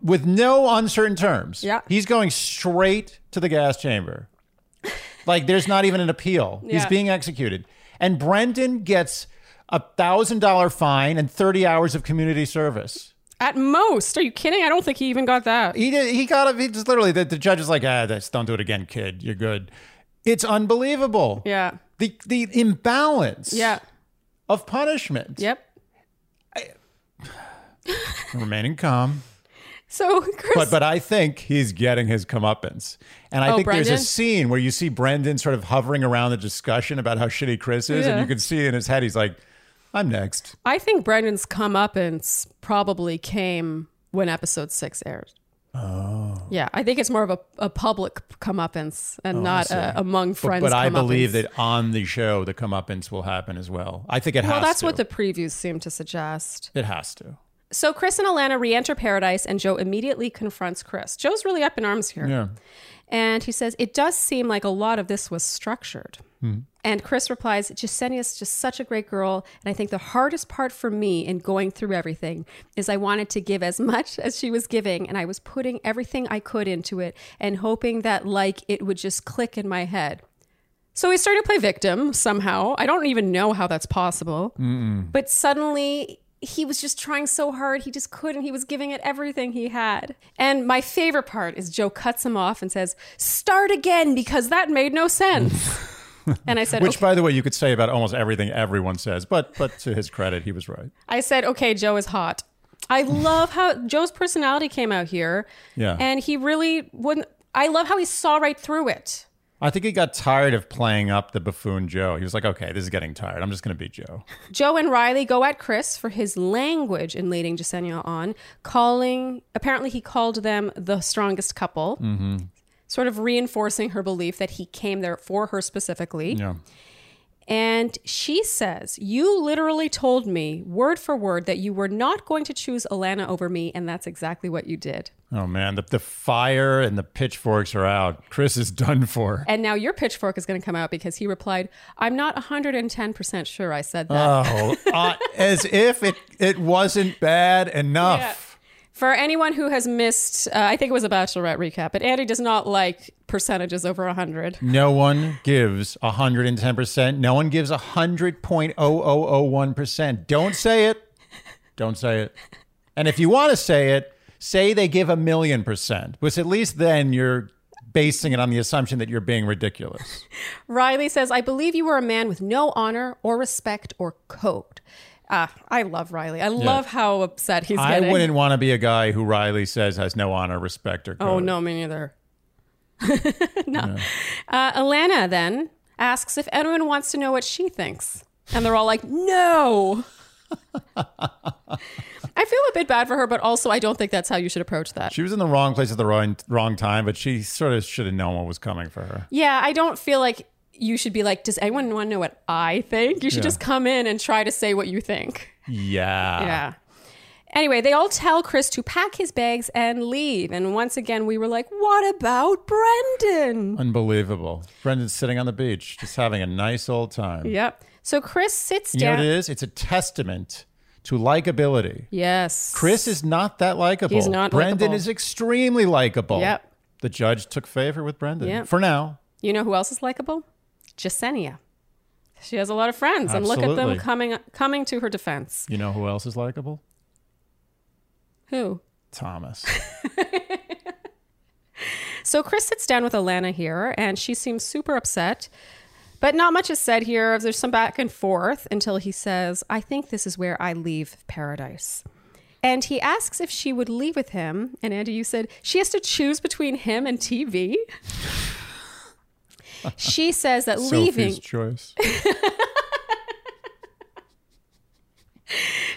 Speaker 2: with no uncertain terms.
Speaker 1: Yeah.
Speaker 2: He's going straight to the gas chamber. Like there's not even an appeal. He's
Speaker 1: Yeah.
Speaker 2: being executed. And Brendan gets a thousand dollar fine and 30 hours of community service.
Speaker 1: At most. Are you kidding? I don't think he even got that.
Speaker 2: He did, he got a, he just literally, the, the judge is like, ah, that's, don't do it again, kid. You're good. It's unbelievable.
Speaker 1: Yeah.
Speaker 2: The, the imbalance
Speaker 1: Yeah.
Speaker 2: of punishment.
Speaker 1: Yep.
Speaker 2: Remaining calm.
Speaker 1: So, Chris.
Speaker 2: But but I think he's getting his comeuppance, and I
Speaker 1: Oh,
Speaker 2: think there's
Speaker 1: Brendan?
Speaker 2: a scene where you see Brendan sort of hovering around the discussion about how shitty Chris is, and
Speaker 1: Yeah.
Speaker 2: you can see in his head he's like, "I'm next."
Speaker 1: I think Brendan's comeuppance probably came when episode six aired. Oh. Yeah, I think it's more of a, a public comeuppance and not a, among
Speaker 2: But,
Speaker 1: friends.
Speaker 2: but I believe
Speaker 1: comeuppance.
Speaker 2: that on the show the comeuppance will happen as well. I think it
Speaker 1: Well,
Speaker 2: has.
Speaker 1: that's
Speaker 2: to.
Speaker 1: what the previews seem to suggest.
Speaker 2: it has to.
Speaker 1: So Chris and Alana re-enter paradise, and Joe immediately confronts Chris. Joe's really up in arms here,
Speaker 2: Yeah.
Speaker 1: and he says it does seem like a lot of this was structured. And Chris replies, Jasenia's just such a great girl. And I think the hardest part for me in going through everything is I wanted to give as much as she was giving. And I was putting everything I could into it and hoping that, like, it would just click in my head. So he started to play victim somehow. I don't even know how that's possible. But suddenly he was just trying so hard. He just couldn't. He was giving it everything he had. And my favorite part is Joe cuts him off and says, Start again because that made no sense. and I said,
Speaker 2: Which,
Speaker 1: okay.
Speaker 2: by the way, you could say about almost everything everyone says, but but to his credit, he was right.
Speaker 1: I said, okay, Joe is hot. I love how Joe's personality came out here.
Speaker 2: Yeah.
Speaker 1: And he really wouldn't. I love how he saw right through it.
Speaker 2: I think he got tired of playing up the buffoon Joe. He was like, "Okay, this is getting tired. I'm just going to be Joe."
Speaker 1: Joe and Riley go at Chris for his language in leading Jasenia on, calling, apparently, he called them the strongest couple, sort of reinforcing her belief that he came there for her specifically.
Speaker 2: Yeah.
Speaker 1: And she says, You literally told me, word for word, that you were not going to choose Alana over me, and that's exactly what you did.
Speaker 2: Oh man, the, the fire and the pitchforks are out. Chris is done for.
Speaker 1: And now your pitchfork is going to come out because he replied, I'm not 110% sure I said that.
Speaker 2: Oh, uh, as if it it wasn't bad enough.
Speaker 1: For anyone who has missed, uh, I think it was a Bachelorette recap, but Andy does not like percentages over 100.
Speaker 2: No one gives 110%. No one gives 100.0001%. Don't say it. Don't say it. And if you want to say it, say they give a million percent, which at least then you're basing it on the assumption that you're being ridiculous.
Speaker 1: Riley says, I believe you were a man with no honor or respect or code. Ah, I love Riley. I love how upset he's
Speaker 2: I
Speaker 1: getting.
Speaker 2: wouldn't want to be a guy who Riley says has no honor, respect, or code.
Speaker 1: Oh, no, me neither. no. Uh, Alana then asks if anyone wants to know what she thinks. And they're all like, no. I feel a bit bad for her, but also I don't think that's how you should approach that.
Speaker 2: She was in the wrong place at the wrong, wrong time, but she sort of should have known what was coming for her.
Speaker 1: Yeah, I don't feel like you should be like, does anyone want to know what I think? You should just come in and try to say what you think.
Speaker 2: Yeah.
Speaker 1: Yeah. Anyway, they all tell Chris to pack his bags and leave. And once again, we were like, what about Brendan?
Speaker 2: Unbelievable. Brendan's sitting on the beach, just having a nice old time.
Speaker 1: Yep. So Chris sits
Speaker 2: You know
Speaker 1: down.
Speaker 2: what it is? It's a testament to likability.
Speaker 1: Yes.
Speaker 2: Chris is not that likable.
Speaker 1: He's not
Speaker 2: Brendan
Speaker 1: likable.
Speaker 2: is extremely likable.
Speaker 1: Yep.
Speaker 2: The judge took favor with Brendan
Speaker 1: Yep.
Speaker 2: for now.
Speaker 1: You know who else is likable? Jasenia. She has a lot of friends, and look at
Speaker 2: Absolutely.
Speaker 1: them coming coming to her defense.
Speaker 2: You know who else is likable?
Speaker 1: Who?
Speaker 2: Thomas.
Speaker 1: So Chris sits down with Alana here, and she seems super upset. But not much is said here. There's some back and forth until he says, I think this is where I leave paradise. And he asks if she would leave with him. And Andy, you said she has to choose between him and TV. she says that leaving
Speaker 2: Sophie's choice.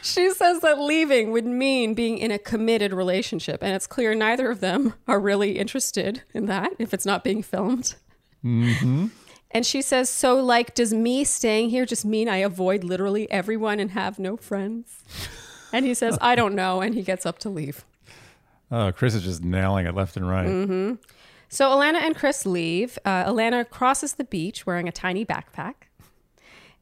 Speaker 1: she says that leaving would mean being in a committed relationship, and it's clear neither of them are really interested in that if it's not being filmed.
Speaker 2: Mm-hmm.
Speaker 1: And she says, So, like, does me staying here just mean I avoid literally everyone and have no friends? And he says, I don't know. And he gets up to leave.
Speaker 2: Oh, Chris is just nailing it left and right.
Speaker 1: Mm-hmm. So, Alana and Chris leave. Uh, Alana crosses the beach wearing a tiny backpack.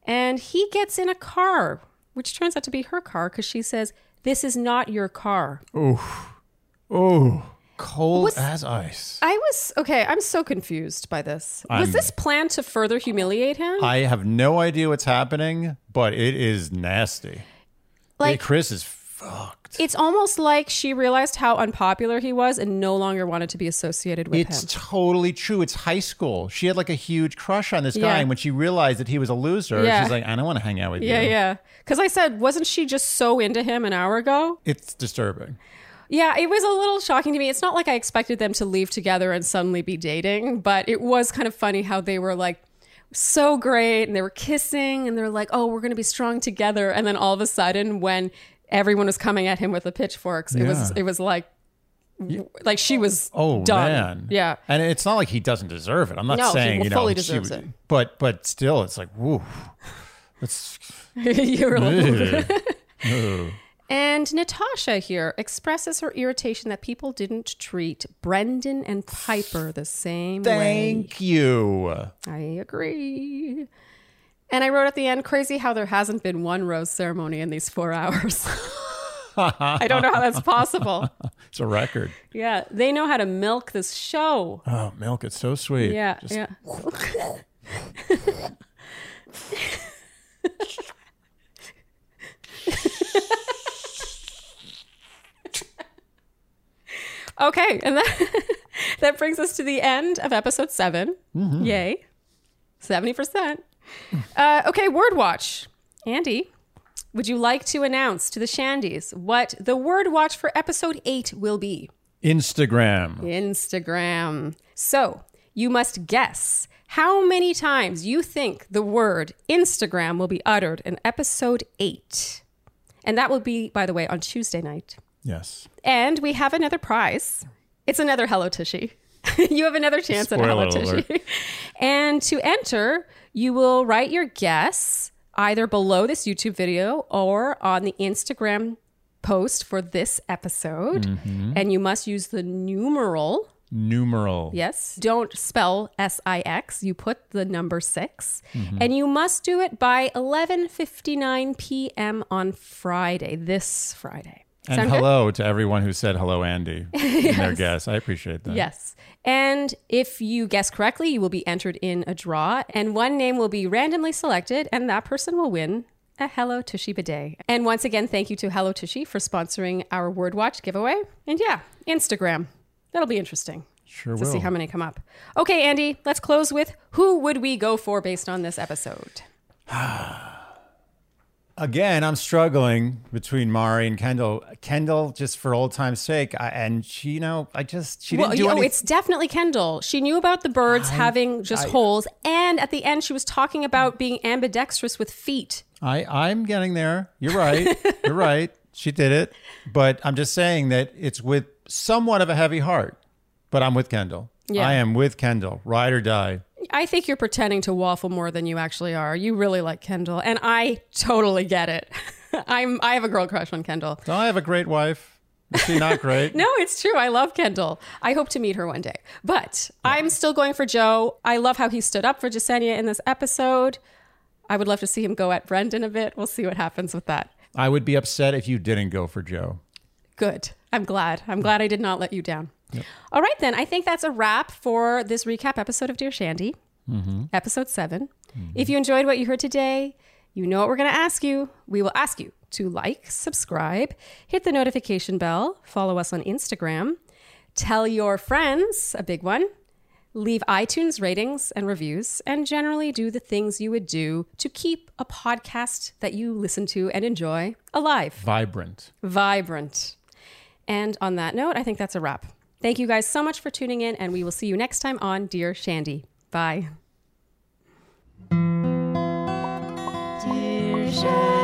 Speaker 1: And he gets in a car, which turns out to be her car because she says, This is not your car.
Speaker 2: Oh, cold
Speaker 1: What's-
Speaker 2: as ice.
Speaker 1: I was, okay, I'm so confused by this. was
Speaker 2: I'm- Uh,
Speaker 1: this planned to further humiliate him?
Speaker 2: I have no idea what's happening, but it is nasty.
Speaker 1: Like-
Speaker 2: Hey, Chris is fucked.
Speaker 1: It's almost like she realized how unpopular he was and no longer wanted to be associated with
Speaker 2: It's
Speaker 1: him.
Speaker 2: totally true. It's high school. She had like a huge crush on this guy,
Speaker 1: Yeah.
Speaker 2: and when she realized that he was a loser,
Speaker 1: Yeah.
Speaker 2: she's like, "I don't want to hang out with
Speaker 1: Yeah,
Speaker 2: you."
Speaker 1: yeah. Because I said, wasn't she just so into him an hour ago?
Speaker 2: It's disturbing.
Speaker 1: Yeah, it was a little shocking to me. It's not like I expected them to leave together and suddenly be dating, but it was kind of funny how they were like so great and they were kissing and they're like, oh, we're going to be strong together. And then all of a sudden, when everyone was coming at him with the pitchforks, it was
Speaker 2: Yeah.
Speaker 1: it was like, like she was
Speaker 2: Oh
Speaker 1: done.
Speaker 2: man,
Speaker 1: Yeah.
Speaker 2: And it's not like he doesn't deserve it. I'm not
Speaker 1: No, he
Speaker 2: saying you know,
Speaker 1: fully
Speaker 2: she-
Speaker 1: deserves it.
Speaker 2: But but still, it's like, woo. It's
Speaker 1: you were like,
Speaker 2: ugh. Ugh.
Speaker 1: And Natasha here expresses her irritation that people didn't treat Brendan and Piper the same way.
Speaker 2: thank you.
Speaker 1: I agree. And I wrote at the end, crazy how there hasn't been one rose ceremony in these four hours. I don't know how that's possible.
Speaker 2: It's a record.
Speaker 1: Yeah, they know how to milk this show.
Speaker 2: Oh, milk. It's so sweet.
Speaker 1: Yeah, yeah. okay, and that that brings us to the end of episode 7 Yay, seventy percent. Uh, okay, word watch, Andy. Would you like to announce to the Shandies what the word watch for episode eight will be?
Speaker 2: Instagram.
Speaker 1: Instagram. So you must guess how many times you think the word Instagram will be uttered in episode eight. And that will be, by the way, on Tuesday night.
Speaker 2: Yes.
Speaker 1: And we have another prize. It's another Hello Tushy. you have another chance
Speaker 2: Spoiler
Speaker 1: at Hello Tushy. and to enter, you will write your guess either below this YouTube video or on the Instagram post for this episode. And you must use the numeral.
Speaker 2: Numeral.
Speaker 1: Yes. Don't spell S I X. You put the number 6 And you must do it by 11:59 p.m. on Friday, this Friday.
Speaker 2: And
Speaker 1: Sound good?
Speaker 2: hello to everyone who said hello, Andy, in their guess. I appreciate that.
Speaker 1: Yes. And if you guess correctly, you will be entered in a draw, and one name will be randomly selected, and that person will win a Hello Tushy bidet. And once again, thank you to Hello Tushy for sponsoring our Word Watch giveaway. And yeah, Instagram. That'll be interesting
Speaker 2: Sure
Speaker 1: to
Speaker 2: will.
Speaker 1: see how many come up. Okay, Andy, let's close with who would we go for based on this episode?
Speaker 2: Again, I'm struggling between Mari and Kendall. Kendall, just for old time's sake, I, and she, you know, I just she
Speaker 1: Well,
Speaker 2: didn't do
Speaker 1: you- oh,
Speaker 2: anything.
Speaker 1: it's definitely Kendall. She knew about the birds having just holes, and at the end, she was talking about being ambidextrous with feet.
Speaker 2: I I'm getting there. You're right. You're right. She did it, but I'm just saying that it's with somewhat of a heavy heart. But I'm with Kendall.
Speaker 1: Yeah.
Speaker 2: I am with Kendall. Ride or die.
Speaker 1: I think you're pretending to waffle more than you actually are. You really like Kendall, and I totally get it. I'm I have a girl crush on Kendall.
Speaker 2: Don't I have a great wife? Is she not great?
Speaker 1: No, it's true. I love Kendall. I hope to meet her one day. But I'm still going for Joe. I love how he stood up for Jasenia in this episode. I would love to see him go at Brendan a bit. We'll see what happens with that.
Speaker 2: I would be upset if you didn't go for Joe.
Speaker 1: Good. I'm glad. I'm glad I did not let you down. All right, then. I think that's a wrap for this recap episode of Dear Shandy, episode 7 If you enjoyed what you heard today, you know what we're going to ask you. We will ask you to like, subscribe, hit the notification bell, follow us on Instagram, tell your friends, a big one, leave iTunes ratings and reviews, and generally do the things you would do to keep a podcast that you listen to and enjoy alive
Speaker 2: Vibrant.
Speaker 1: vibrant. And on that note, I think that's a wrap. Thank you guys so much for tuning in, and we will see you next time on Dear Shandy. Bye.
Speaker 3: Dear Shandy.